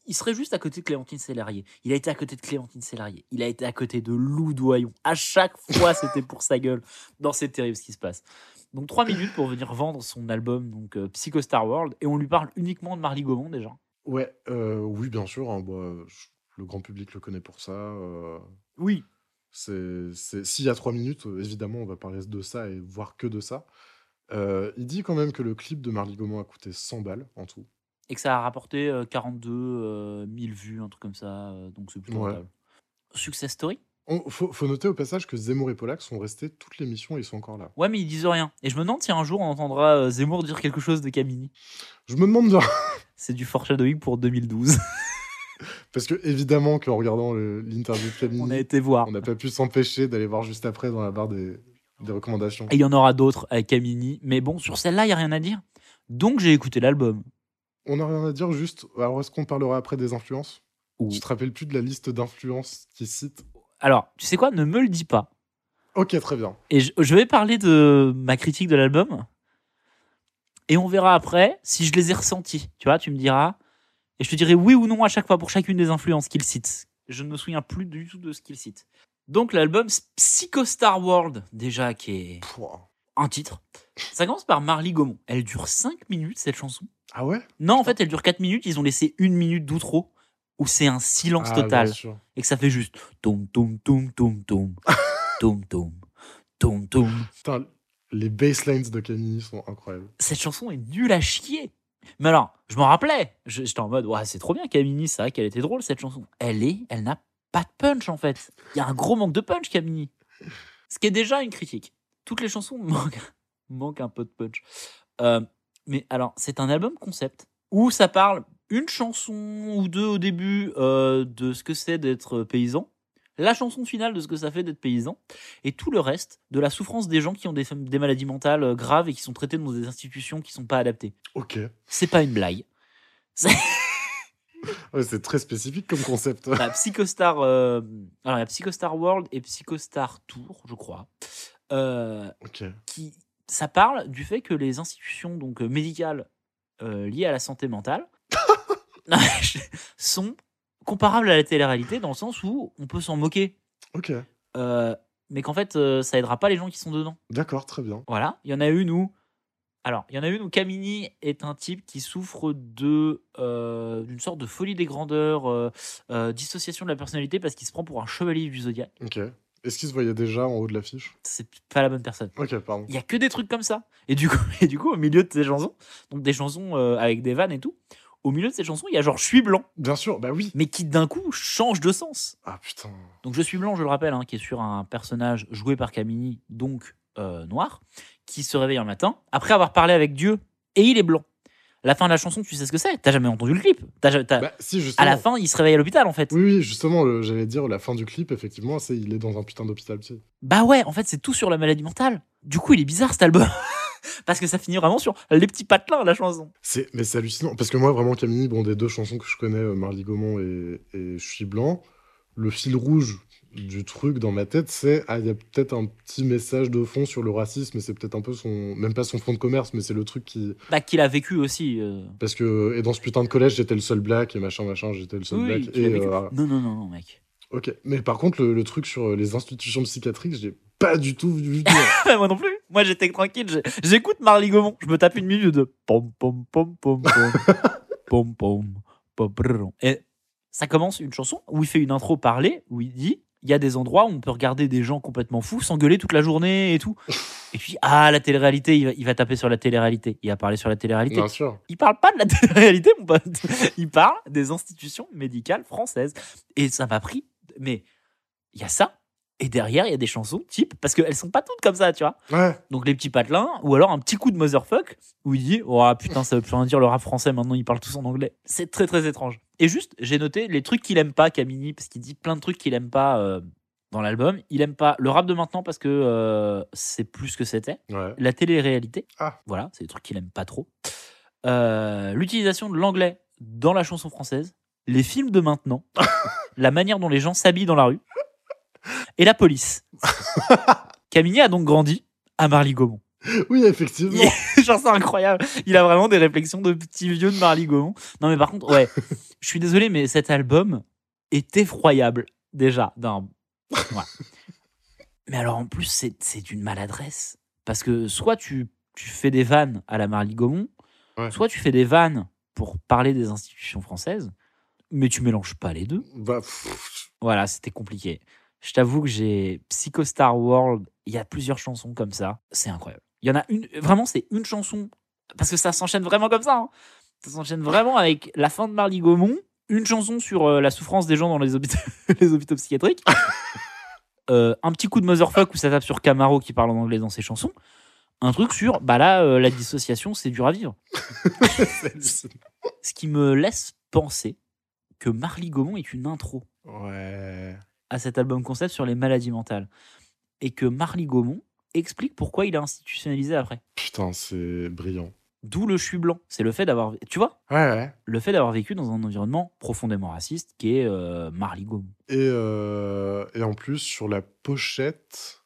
S3: il serait juste à côté de Clémentine Sélarié. Il a été à côté de Clémentine Sélarié. Il a été à côté de Lou Doyon. À chaque fois, c'était pour sa gueule. Non, c'est terrible ce qui se passe. Donc, trois minutes pour venir vendre son album, donc euh, Psycho Star World. Et on lui parle uniquement de Marley Gaumont déjà.
S1: Ouais, euh, oui, bien sûr. hein, bah, je- le grand public le connaît pour ça. euh,
S3: Oui.
S1: c'est- c'est- S'il y a trois minutes, euh, évidemment, on va parler de ça et voir que de ça. Euh, il dit quand même que le clip de Marly Gaumont a coûté 100 balles en tout.
S3: Et que ça a rapporté euh, 42 euh, 000 vues, un truc comme ça. euh, donc, c'est plutôt
S1: Ouais.
S3: rentable. Success Story
S1: On- faut, faut noter au passage que Zemmour et Pollack sont restés toute l'émission et ils sont encore là.
S3: Ouais, mais ils disent rien. Et je me demande si un jour on entendra euh, Zemmour dire quelque chose de Camini.
S1: Je me demande,
S3: C'est du foreshadowing pour 2012.
S1: parce que évidemment qu'en regardant le- l'interview de Camille,
S3: on a été voir.
S1: on n'a pas pu s'empêcher d'aller voir juste après dans la barre des, des recommandations.
S3: Et il y en aura d'autres avec Camini. Mais bon, sur celle-là, il n'y a rien à dire. Donc j'ai écouté l'album.
S1: On n'a rien à dire, juste. Alors, est-ce qu'on parlera après des influences
S3: Ou-
S1: Tu te rappelles plus de la liste d'influences qui cite
S3: Alors, tu sais quoi Ne me le dis pas.
S1: Ok, très bien.
S3: Et je, je vais parler de ma critique de l'album. Et on verra après si je les ai ressentis. Tu vois, tu me diras. Et je te dirai oui ou non à chaque fois pour chacune des influences qu'il cite. Je ne me souviens plus du tout de ce qu'il cite. Donc l'album Psycho Star World, déjà, qui est
S1: Pouah.
S3: un titre. Ça commence par Marley Gaumont. Elle dure 5 minutes, cette chanson.
S1: Ah ouais
S3: Non, en fait, elle dure 4 minutes. Ils ont laissé une minute d'outro où c'est un silence
S1: Ah,
S3: total
S1: bien sûr.
S3: et que ça fait juste tom tom tom tom tom tom tom tom tom.
S1: Putain, les basslines de Camille sont incroyables.
S3: Cette chanson est nulle à chier. Mais alors, je m'en rappelais. Je- J'étais en mode, ouais, c'est trop bien, Camini. C'est vrai qu'elle était drôle cette chanson. Elle est, elle n'a pas de punch en fait. Il y a un gros manque de punch, Camini. Ce qui est déjà une critique. Toutes les chansons manquent, manquent un peu de punch. Euh, mais alors, c'est un album concept où ça parle une chanson ou deux au début euh, de ce que c'est d'être paysan, la chanson finale de ce que ça fait d'être paysan, et tout le reste de la souffrance des gens qui ont des, des maladies mentales euh, graves et qui sont traités dans des institutions qui sont pas adaptées.
S1: Ok.
S3: C'est pas une blague.
S1: Ouais, c'est très spécifique comme concept.
S3: la Psychostar, euh, alors, il y a Psychostar World et Psychostar Tour, je crois. Euh,
S1: ok.
S3: qui ça parle du fait que les institutions donc euh, médicales euh, liées à la santé mentale Non, mais je- sont comparables à la télé-réalité dans le sens où on peut s'en moquer,
S1: Ok.
S3: Euh, mais qu'en fait euh, ça aidera pas les gens qui sont dedans.
S1: D'accord, très bien.
S3: Voilà, il y en a une où alors il y en a une où Camini est un type qui souffre de euh, d'une sorte de folie des grandeurs, euh, euh, dissociation de la personnalité parce qu'il se prend pour un chevalier du zodiaque.
S1: Ok. Est-ce qu'il se voyait déjà en haut de l'affiche
S3: C'est pas la bonne personne.
S1: Ok, pardon.
S3: Il y a que des trucs comme ça. Et du coup, et du coup au milieu de ces chansons, donc des chansons euh, avec des vannes et tout, au milieu de ces chansons, il y a genre Je suis blanc,
S1: Bien sûr, bah oui.
S3: mais qui d'un coup change de sens.
S1: Ah putain.
S3: Donc Je suis blanc, je le rappelle, hein, qui est sur un personnage joué par Camini, donc euh, noir, qui se réveille un matin après avoir parlé avec Dieu et il est blanc. La fin de la chanson, tu sais ce que c'est T'as jamais entendu le clip T'as ja- t'as-
S1: Bah si, justement.
S3: Euh, À la fin, il se réveille à l'hôpital en fait.
S1: Oui, oui, justement, le- j'allais dire la fin du clip, effectivement, c'est il est dans un putain d'hôpital psy.
S3: Bah ouais, en fait, c'est tout sur la maladie mentale. Du coup, il est bizarre cet album. Parce que ça finit vraiment sur les petits patelins, la chanson.
S1: C'est, mais c'est hallucinant. Parce que moi, vraiment, Camille, bon, des deux chansons que je connais, euh, Marly Gaumont et, et Je suis blanc, le fil rouge du truc dans ma tête, c'est ah, il y a peut-être un petit message de fond sur le racisme, et c'est peut-être un peu son. Même pas son fond de commerce, mais c'est le truc qui.
S3: Bah, qu'il a vécu aussi. euh,
S1: Parce que. Et dans ce putain de collège, j'étais le seul black, et machin, machin, j'étais le seul
S3: Oui,
S1: black.
S3: tu l'as
S1: Et,
S3: vécu.
S1: euh,
S3: Non, non, non, non, mec.
S1: ok. Mais par contre, le, le truc sur euh, les institutions psychiatriques, j'ai pas du tout vu. venir.
S3: Moi non plus. Moi, j'étais tranquille. j'ai- J'écoute Marly Gaumont. Je me tape une minute de pom pom pom pom pom pom pom pom brrrron. Et ça commence une chanson où il fait une intro parlée où il dit il y a des endroits où on peut regarder des gens complètement fous s'engueuler toute la journée et tout. Et puis ah la télé-réalité, il va, il va taper sur la télé-réalité. Il va parler sur la télé-réalité.
S1: Bien sûr.
S3: Il parle pas de la télé-réalité, mon pote. Il parle des institutions médicales françaises. Et ça m'a pris. Mais il y a ça. Et derrière, il y a des chansons type. Parce qu'elles sont pas toutes comme ça, tu vois.
S1: Ouais.
S3: Donc les petits patelins. Ou alors un petit coup de motherfuck. Où il dit Oh putain, ça veut plus rien dire le rap français. Maintenant, ils parlent tous en anglais. C'est très, très étrange. Et juste, j'ai noté les trucs qu'il aime pas, Camini. Parce qu'il dit plein de trucs qu'il aime pas. euh, dans l'album. Il aime pas le rap de maintenant parce que euh, c'est plus ce que c'était. La télé-réalité. Voilà, c'est des trucs qu'il aime pas trop. Euh, L'utilisation de l'anglais dans la chanson française. Les films de maintenant. la manière dont les gens s'habillent dans la rue. Et la police. Camille a donc grandi à Marly-Gaumont.
S1: Oui, effectivement.
S3: Genre, c'est incroyable. Il a vraiment des réflexions de petit vieux de Marly-Gaumont. Non, mais par contre, ouais, je suis désolé, mais cet album est effroyable, déjà. d'un- Ouais. Mais alors, en plus, c'est c'est une maladresse. Parce que soit tu, tu fais des vannes à la Marly-Gaumont, soit tu fais des vannes pour parler des institutions françaises, mais tu mélanges pas les deux.
S1: Bah,
S3: Voilà, c'était compliqué. Je t'avoue que j'ai Psycho Star World, il y a plusieurs chansons comme ça, c'est incroyable. Il y en a une, vraiment, c'est une chanson, parce que ça s'enchaîne vraiment comme ça. hein. Ça s'enchaîne vraiment avec la fin de Marly Gaumont, une chanson sur euh, la souffrance des gens dans les hôpitaux, les hôpitaux psychiatriques, Euh, un petit coup de motherfuck où ça tape sur Camaro qui parle en anglais dans ses chansons, un truc sur, bah là, euh, la dissociation, c'est dur à vivre. Ce qui me laisse penser que Marly Gaumont est une intro à cet album concept sur les maladies mentales. Et que Marly Gaumont explique pourquoi il a institutionnalisé après.
S1: Putain, c'est brillant.
S3: D'où le je suis blanc. C'est le fait d'avoir. Tu vois Le fait d'avoir vécu dans un environnement profondément raciste qui est euh, Marly Gaumont.
S1: Et, euh, et en plus, sur la pochette,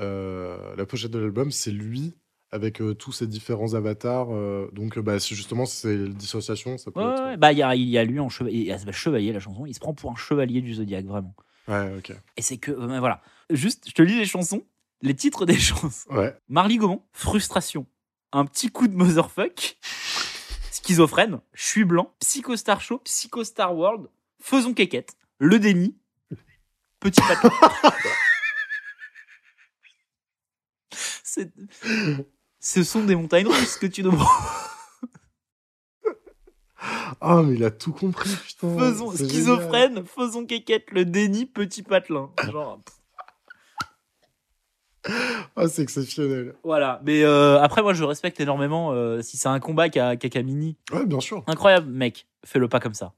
S1: euh, la pochette de l'album, c'est lui avec euh, tous ses différents avatars. euh, donc, euh, bah, si justement, c'est la dissociation. Ça peut
S3: Ouais,
S1: être-
S3: ouais, bah, il y a, il y a lui en chevalier, il y a bah, chevalier, la chanson. Il se prend pour un chevalier du zodiaque, vraiment.
S1: Ouais, ok.
S3: Et c'est que, euh, voilà. Juste, je te lis les chansons, les titres des chansons.
S1: Ouais.
S3: Marly Gaumont, frustration. Un petit coup de motherfuck. Schizophrène, je suis blanc. Psycho Star Show, Psycho Star World. Faisons quéquette. Le déni. Petit patelin. C'est- Ce sont des montagnes russes que tu demandes.
S1: Ah, mais il a tout compris, putain.
S3: Faisons
S1: c'est
S3: schizophrène, faisons quéquette, le déni, petit patelin. Genre, pff,
S1: génial. Ah, c'est exceptionnel.
S3: voilà. Mais euh, après, moi, je respecte énormément euh, si c'est un combat qu'a qu'a Camini.
S1: Ouais, bien sûr.
S3: Incroyable, mec. Fais-le pas comme ça.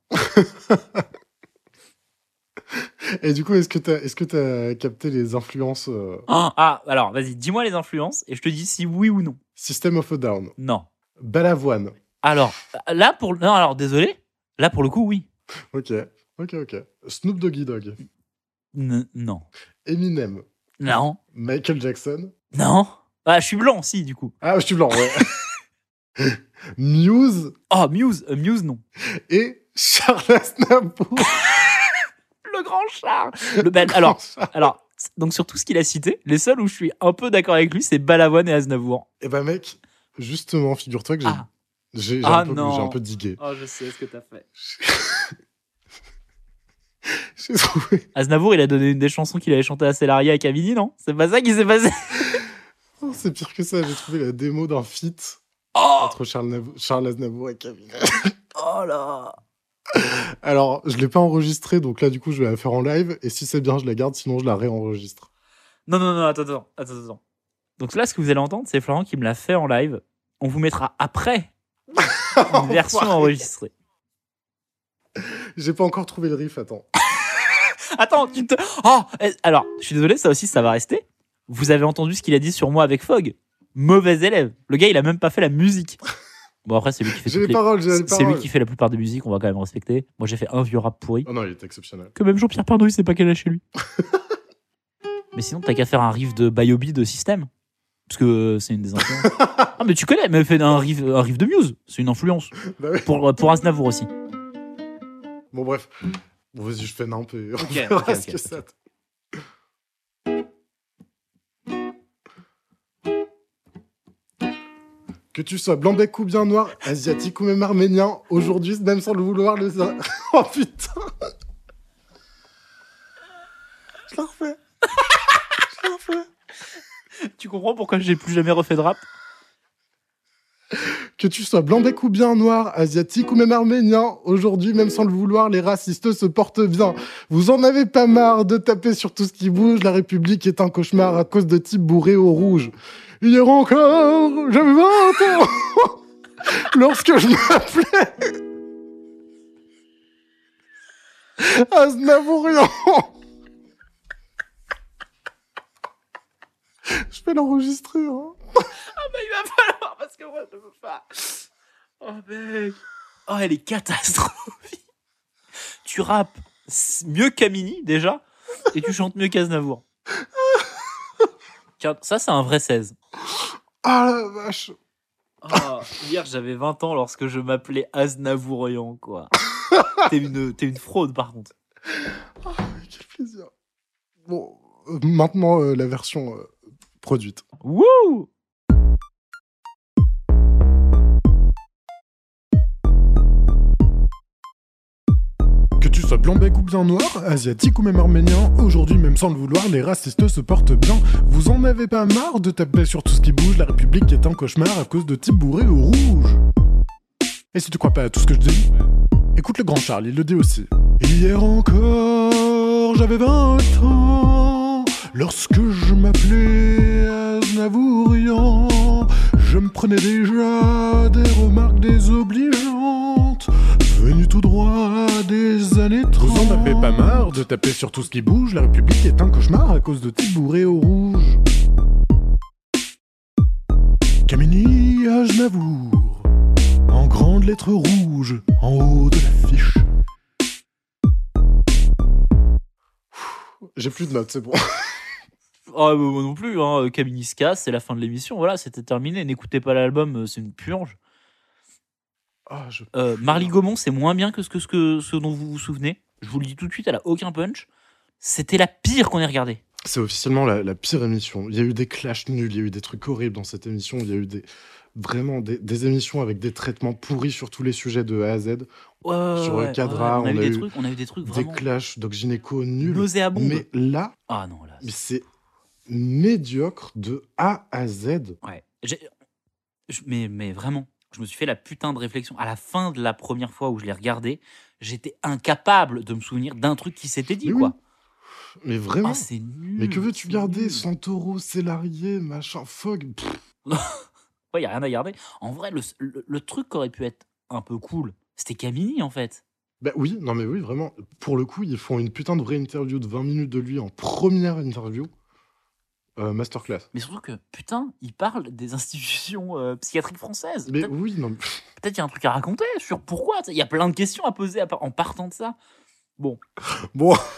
S1: Et du coup, est-ce que tu as, as capté les influences euh,
S3: Ah, ah, alors, vas-y, dis-moi les influences et je te dis si oui ou non.
S1: System of a Down
S3: Non.
S1: Balavoine.
S3: Alors, là, pour. Non, alors, désolé. Là, pour le coup, oui.
S1: Ok, ok, ok. Snoop Doggy Dogg.
S3: N- non.
S1: Eminem.
S3: Non.
S1: Michael Jackson.
S3: Non. Ah, je suis blanc, si, du coup.
S1: Ah, je suis blanc, ouais. Muse.
S3: Ah, Muse. euh, Muse, non.
S1: Et Charles Aznavour.
S3: Le grand char. Le, ben, alors, alors, donc, sur tout ce qu'il a cité, les seuls où je suis un peu d'accord avec lui, c'est Balavoine et Aznavour.
S1: Eh ben mec, justement, figure-toi que j'ai
S3: Ah.
S1: j'ai j'ai
S3: Ah
S1: un, peu-
S3: non.
S1: j'ai un peu digué.
S3: Oh, je sais ce que t'as fait.
S1: J'ai trouvé.
S3: Aznavour, il a donné une des chansons qu'il avait chantées à Célaria et Cavini, non C'est pas ça qui s'est passé
S1: Oh, c'est pire que ça, j'ai trouvé la démo d'un feat
S3: Oh
S1: entre Charles, Navo- Charles Aznavour et Camille.
S3: Oh là
S1: Alors, je l'ai pas enregistré, donc là, du coup, je vais la faire en live. Et si c'est bien, je la garde, sinon, je la réenregistre.
S3: Non, non, non, attends, attends, attends, attends. Donc là, ce que vous allez entendre, c'est Florent qui me l'a fait en live. On vous mettra après une version enregistrée.
S1: J'ai pas encore trouvé le riff, attends.
S3: Attends, tu te... Oh eh, Alors, je suis désolé, ça aussi, ça va rester. Vous avez entendu ce qu'il a dit sur moi avec Fogg. Mauvais élève. Le gars, il a même pas fait la musique. Bon, après, c'est lui qui fait
S1: J'ai
S3: toutes
S1: les paroles, j'ai les
S3: C'est lui
S1: paroles.
S3: qui fait la plupart des musiques, on va quand même respecter. Moi, j'ai fait un vieux rap pourri.
S1: Oh non, il est exceptionnel.
S3: Que même Jean-Pierre Pardot, il sait pas qu'elle a chez lui. mais sinon, t'as qu'à faire un riff de Biobi de système. Parce que euh, c'est une des influences. ah, mais tu connais, mais fait un riff, un riff de Muse. C'est une influence.
S1: Bah oui.
S3: Pour, euh, pour Aznavour aussi.
S1: Bon, bref. Bon, vas-y, je fais un peu.
S3: Ok,
S1: on verra
S3: ok,
S1: ce
S3: ok,
S1: que
S3: ok.
S1: ça donne. Que tu sois blanc bec ou bien noir, asiatique ou même arménien, aujourd'hui, même sans le vouloir, le. Oh putain! Je la refais! Je la refais!
S3: Tu comprends pourquoi j'ai plus jamais refait de rap
S1: Que tu sois blanc bec ou bien noir, asiatique ou même arménien, aujourd'hui, même sans le vouloir, les racistes se portent bien. Vous en avez pas marre de taper sur tout ce qui bouge, la République est un cauchemar à cause de types bourrés au rouge. Hier encore, j'avais 20 ans lorsque je m'appelais Aznavourian. Je vais l'enregistrer. hein.
S3: Ah bah il va falloir parce que moi je ne peux pas. Oh mec. Oh elle est catastrophique. Tu rappes s- mieux qu'Amini déjà et tu chantes mieux qu'Aznavour. Tiens, ça c'est un vrai 16.
S1: Ah la vache.
S3: Ah, hier j'avais 20 ans lorsque je m'appelais Aznavourian quoi. T'es une, t'es une fraude par contre.
S1: Quel plaisir. Bon, euh, maintenant euh, la version euh, produite.
S3: Wouh
S1: Que tu sois blanc bec ou bien noir, asiatique ou même arménien, aujourd'hui même sans le vouloir, les racistes se portent bien. Vous en avez pas marre de taper sur tout ce qui bouge, la République est un cauchemar à cause de types bourrés au rouge. Et si tu crois pas à tout ce que je dis, écoute le grand Charles, il le dit aussi. Hier encore, j'avais 20 ans, lorsque je m'appelais Aznavourian, je me prenais déjà des remarques désobligeantes. Venu tout droit des années 30 Vous en avez pas marre de taper sur tout ce qui bouge La République est un cauchemar à cause de types bourrés au rouge Kamini Aznavour En grandes lettres rouges En haut de l'affiche J'ai plus de notes, c'est bon.
S3: Ah, bah, moi non plus, hein. Camini se casse, c'est la fin de l'émission. Voilà, c'était terminé. N'écoutez pas l'album, euh, c'est une purge.
S1: Ah, je...
S3: Euh, Marly Gaumont, c'est moins bien que ce, que ce que- ce dont vous vous souvenez. Je vous le dis tout de suite, elle a aucun punch. C'était la pire qu'on ait regardée.
S1: C'est officiellement la, la pire émission. Il y a eu des clashs nuls, il y a eu des trucs horribles dans cette émission, il y a eu des, vraiment des, des émissions avec des traitements pourris sur tous les sujets de A à Z,
S3: Ouais, ouais, ouais,
S1: Sur le
S3: ouais,
S1: cadra,
S3: ouais, on, a eu
S1: on a
S3: des
S1: eu
S3: trucs, on a eu des trucs
S1: des
S3: vraiment
S1: clashs, Doc Gynéco nuls.
S3: nauséabondes.
S1: Mais là,
S3: Ah non, là.
S1: mais c'est médiocre de A à Z.
S3: Ouais. J'ai- je- Mais, mais vraiment, je me suis fait la putain de réflexion. À la fin de la première fois où je l'ai regardée, j'étais incapable de me souvenir d'un truc qui s'était dit,
S1: Mais oui,
S3: quoi.
S1: Mais vraiment.
S3: Ah, c'est nul.
S1: mais que veux-tu
S3: c'est
S1: garder
S3: nul.
S1: Santoro, Célarié, machin, Fogg. pff,
S3: Ouais, y a rien à garder. En vrai, le, le, le truc qui aurait pu être un peu cool, c'était Camini, en fait.
S1: Bah oui, non mais oui, vraiment. Pour le coup, ils font une putain de vraie interview de 20 minutes de lui en première interview. Euh, masterclass.
S3: Mais surtout que, putain, il parle des institutions euh, psychiatriques françaises.
S1: Mais
S3: Peut-être
S1: oui, non. mais-
S3: peut-être y a un truc à raconter sur pourquoi. Il y a plein de questions à poser à par- en partant de ça.
S1: Bon.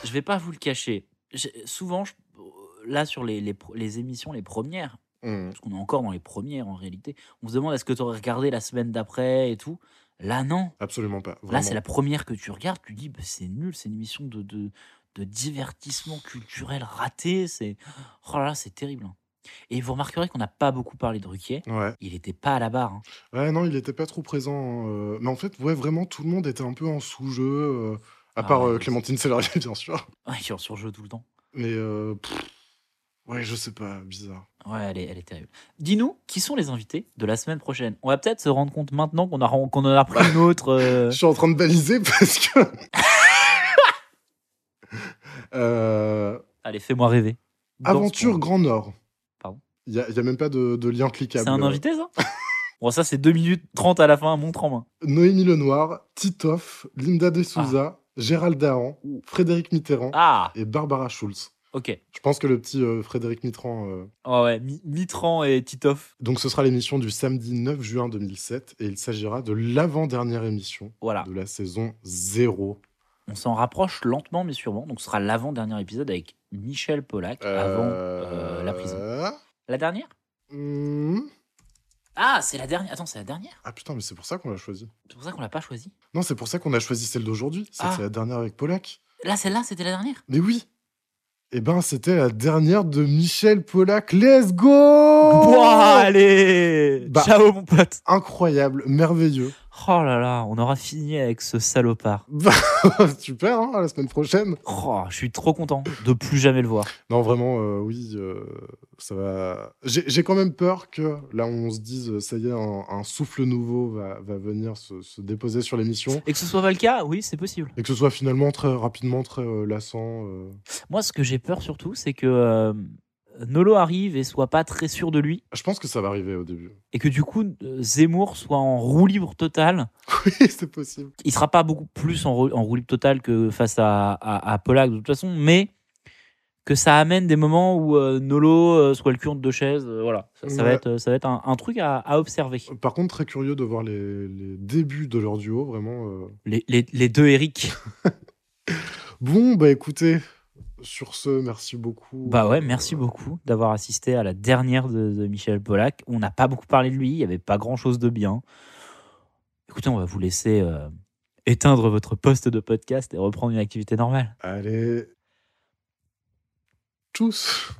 S3: Je vais pas vous le cacher. J'ai- Souvent, je- euh, là, sur les, les, pro- les émissions, les premières,
S1: Hmm.
S3: parce qu'on est encore dans les premières en réalité, on se demande est-ce que tu aurais regardé la semaine d'après et tout. Là, non.
S1: Absolument pas.
S3: Là,
S1: vraiment.
S3: c'est la première que tu regardes, tu dis, bah, c'est nul, c'est une émission de, de, de divertissement culturel raté, c'est... Oh là là, c'est terrible. hein. Et vous remarquerez qu'on n'a pas beaucoup parlé de Ruquier,
S1: Ouais.
S3: il n'était pas à la barre. hein.
S1: Ouais, non, il était pas trop présent. hein, euh, Mais en fait, ouais, vraiment, tout le monde était un peu en sous-jeu. euh, à
S3: Ah
S1: part
S3: ouais,
S1: euh, Clémentine Célarié, bien sûr.
S3: Ah, il est en surjeu tout le temps.
S1: Mais. euh, pff, ouais, je sais pas, bizarre.
S3: Ouais, elle est, elle est terrible. Dis-nous, qui sont les invités de la semaine prochaine On va peut-être se rendre compte maintenant qu'on a, ren- qu'on en a
S1: Bah.
S3: pris une autre... euh,
S1: Je suis en train de baliser parce que. Euh,
S3: Allez, fais-moi rêver. Danse
S1: Aventure
S3: pour-
S1: Grand Nord.
S3: Pardon
S1: Il y, a- y a même pas de, de lien cliquable.
S3: C'est un invité, ça Bon, ça, c'est 2 minutes 30 à la fin, montre en main.
S1: Euh, Noémie Lenoir, Titoff, Linda De Souza, Gérald Dahan, Frédéric Mitterrand
S3: Ah,
S1: et Barbara Schulz.
S3: ok.
S1: Je pense que le petit euh, Frédéric Mitterrand. euh,
S3: Oh, ouais, Mi- Mitran et Titoff.
S1: Donc ce sera l'émission du samedi 9 juin 2007 et il s'agira de l'avant-dernière émission
S3: Voilà.
S1: de la saison 0.
S3: On s'en rapproche lentement mais sûrement. Donc, ce sera l'avant-dernier épisode avec Michel Pollack avant euh, la prison. La dernière
S1: hmm.
S3: Ah, c'est la dernière. Attends, c'est la dernière
S1: Ah putain, mais c'est pour ça qu'on l'a choisi.
S3: C'est pour ça qu'on l'a pas choisie.
S1: Non, c'est pour ça qu'on a choisi celle d'aujourd'hui. C'était
S3: Ah.
S1: la dernière avec Pollack.
S3: Là, celle-là, c'était la dernière.
S1: Mais oui Eh ben, c'était la dernière de Michel Pollack. Let's go
S3: Ouah, allez
S1: Oh. Bah.
S3: Ciao, mon pote
S1: Incroyable, merveilleux.
S3: Oh là là, on aura fini avec ce salopard.
S1: Super, hein, à la semaine prochaine.
S3: Oh, je suis trop content de plus jamais le voir.
S1: Non, vraiment, euh, oui, euh, ça va. J'ai j'ai quand même peur que là, on se dise, euh, ça y est, un, un souffle nouveau va, va venir se, se déposer sur l'émission
S3: Et que ce soit pas le cas, oui, c'est possible.
S1: et que ce soit finalement très rapidement très euh, lassant. euh.
S3: Moi, ce que j'ai peur surtout, c'est que euh, Nolo arrive et soit pas très sûr de lui.
S1: Je pense que ça va arriver au début.
S3: Et que du coup, euh, Zemmour soit en roue libre totale.
S1: Oui, c'est possible.
S3: il sera pas beaucoup plus en, rou- en roue libre totale que face à, à, à Pollack, de toute façon, mais que ça amène des moments où euh, Nolo euh, soit le cul entre deux chaises. euh, voilà, ça, ça va
S1: Ouais.
S3: être, ça va être un, un truc à, à observer.
S1: Par contre, très curieux de voir les, les débuts de leur duo, vraiment. euh.
S3: Les, les- les deux Eric.
S1: Bon, bah écoutez, sur ce, merci beaucoup. Euh,
S3: Bah ouais, merci beaucoup d'avoir assisté à la dernière de, de Michel Pollack. On n'a pas beaucoup parlé de lui, il n'y avait pas grand-chose de bien. Écoutez, on va vous laisser euh, éteindre votre poste de podcast et reprendre une activité normale.
S1: Allez. Tous.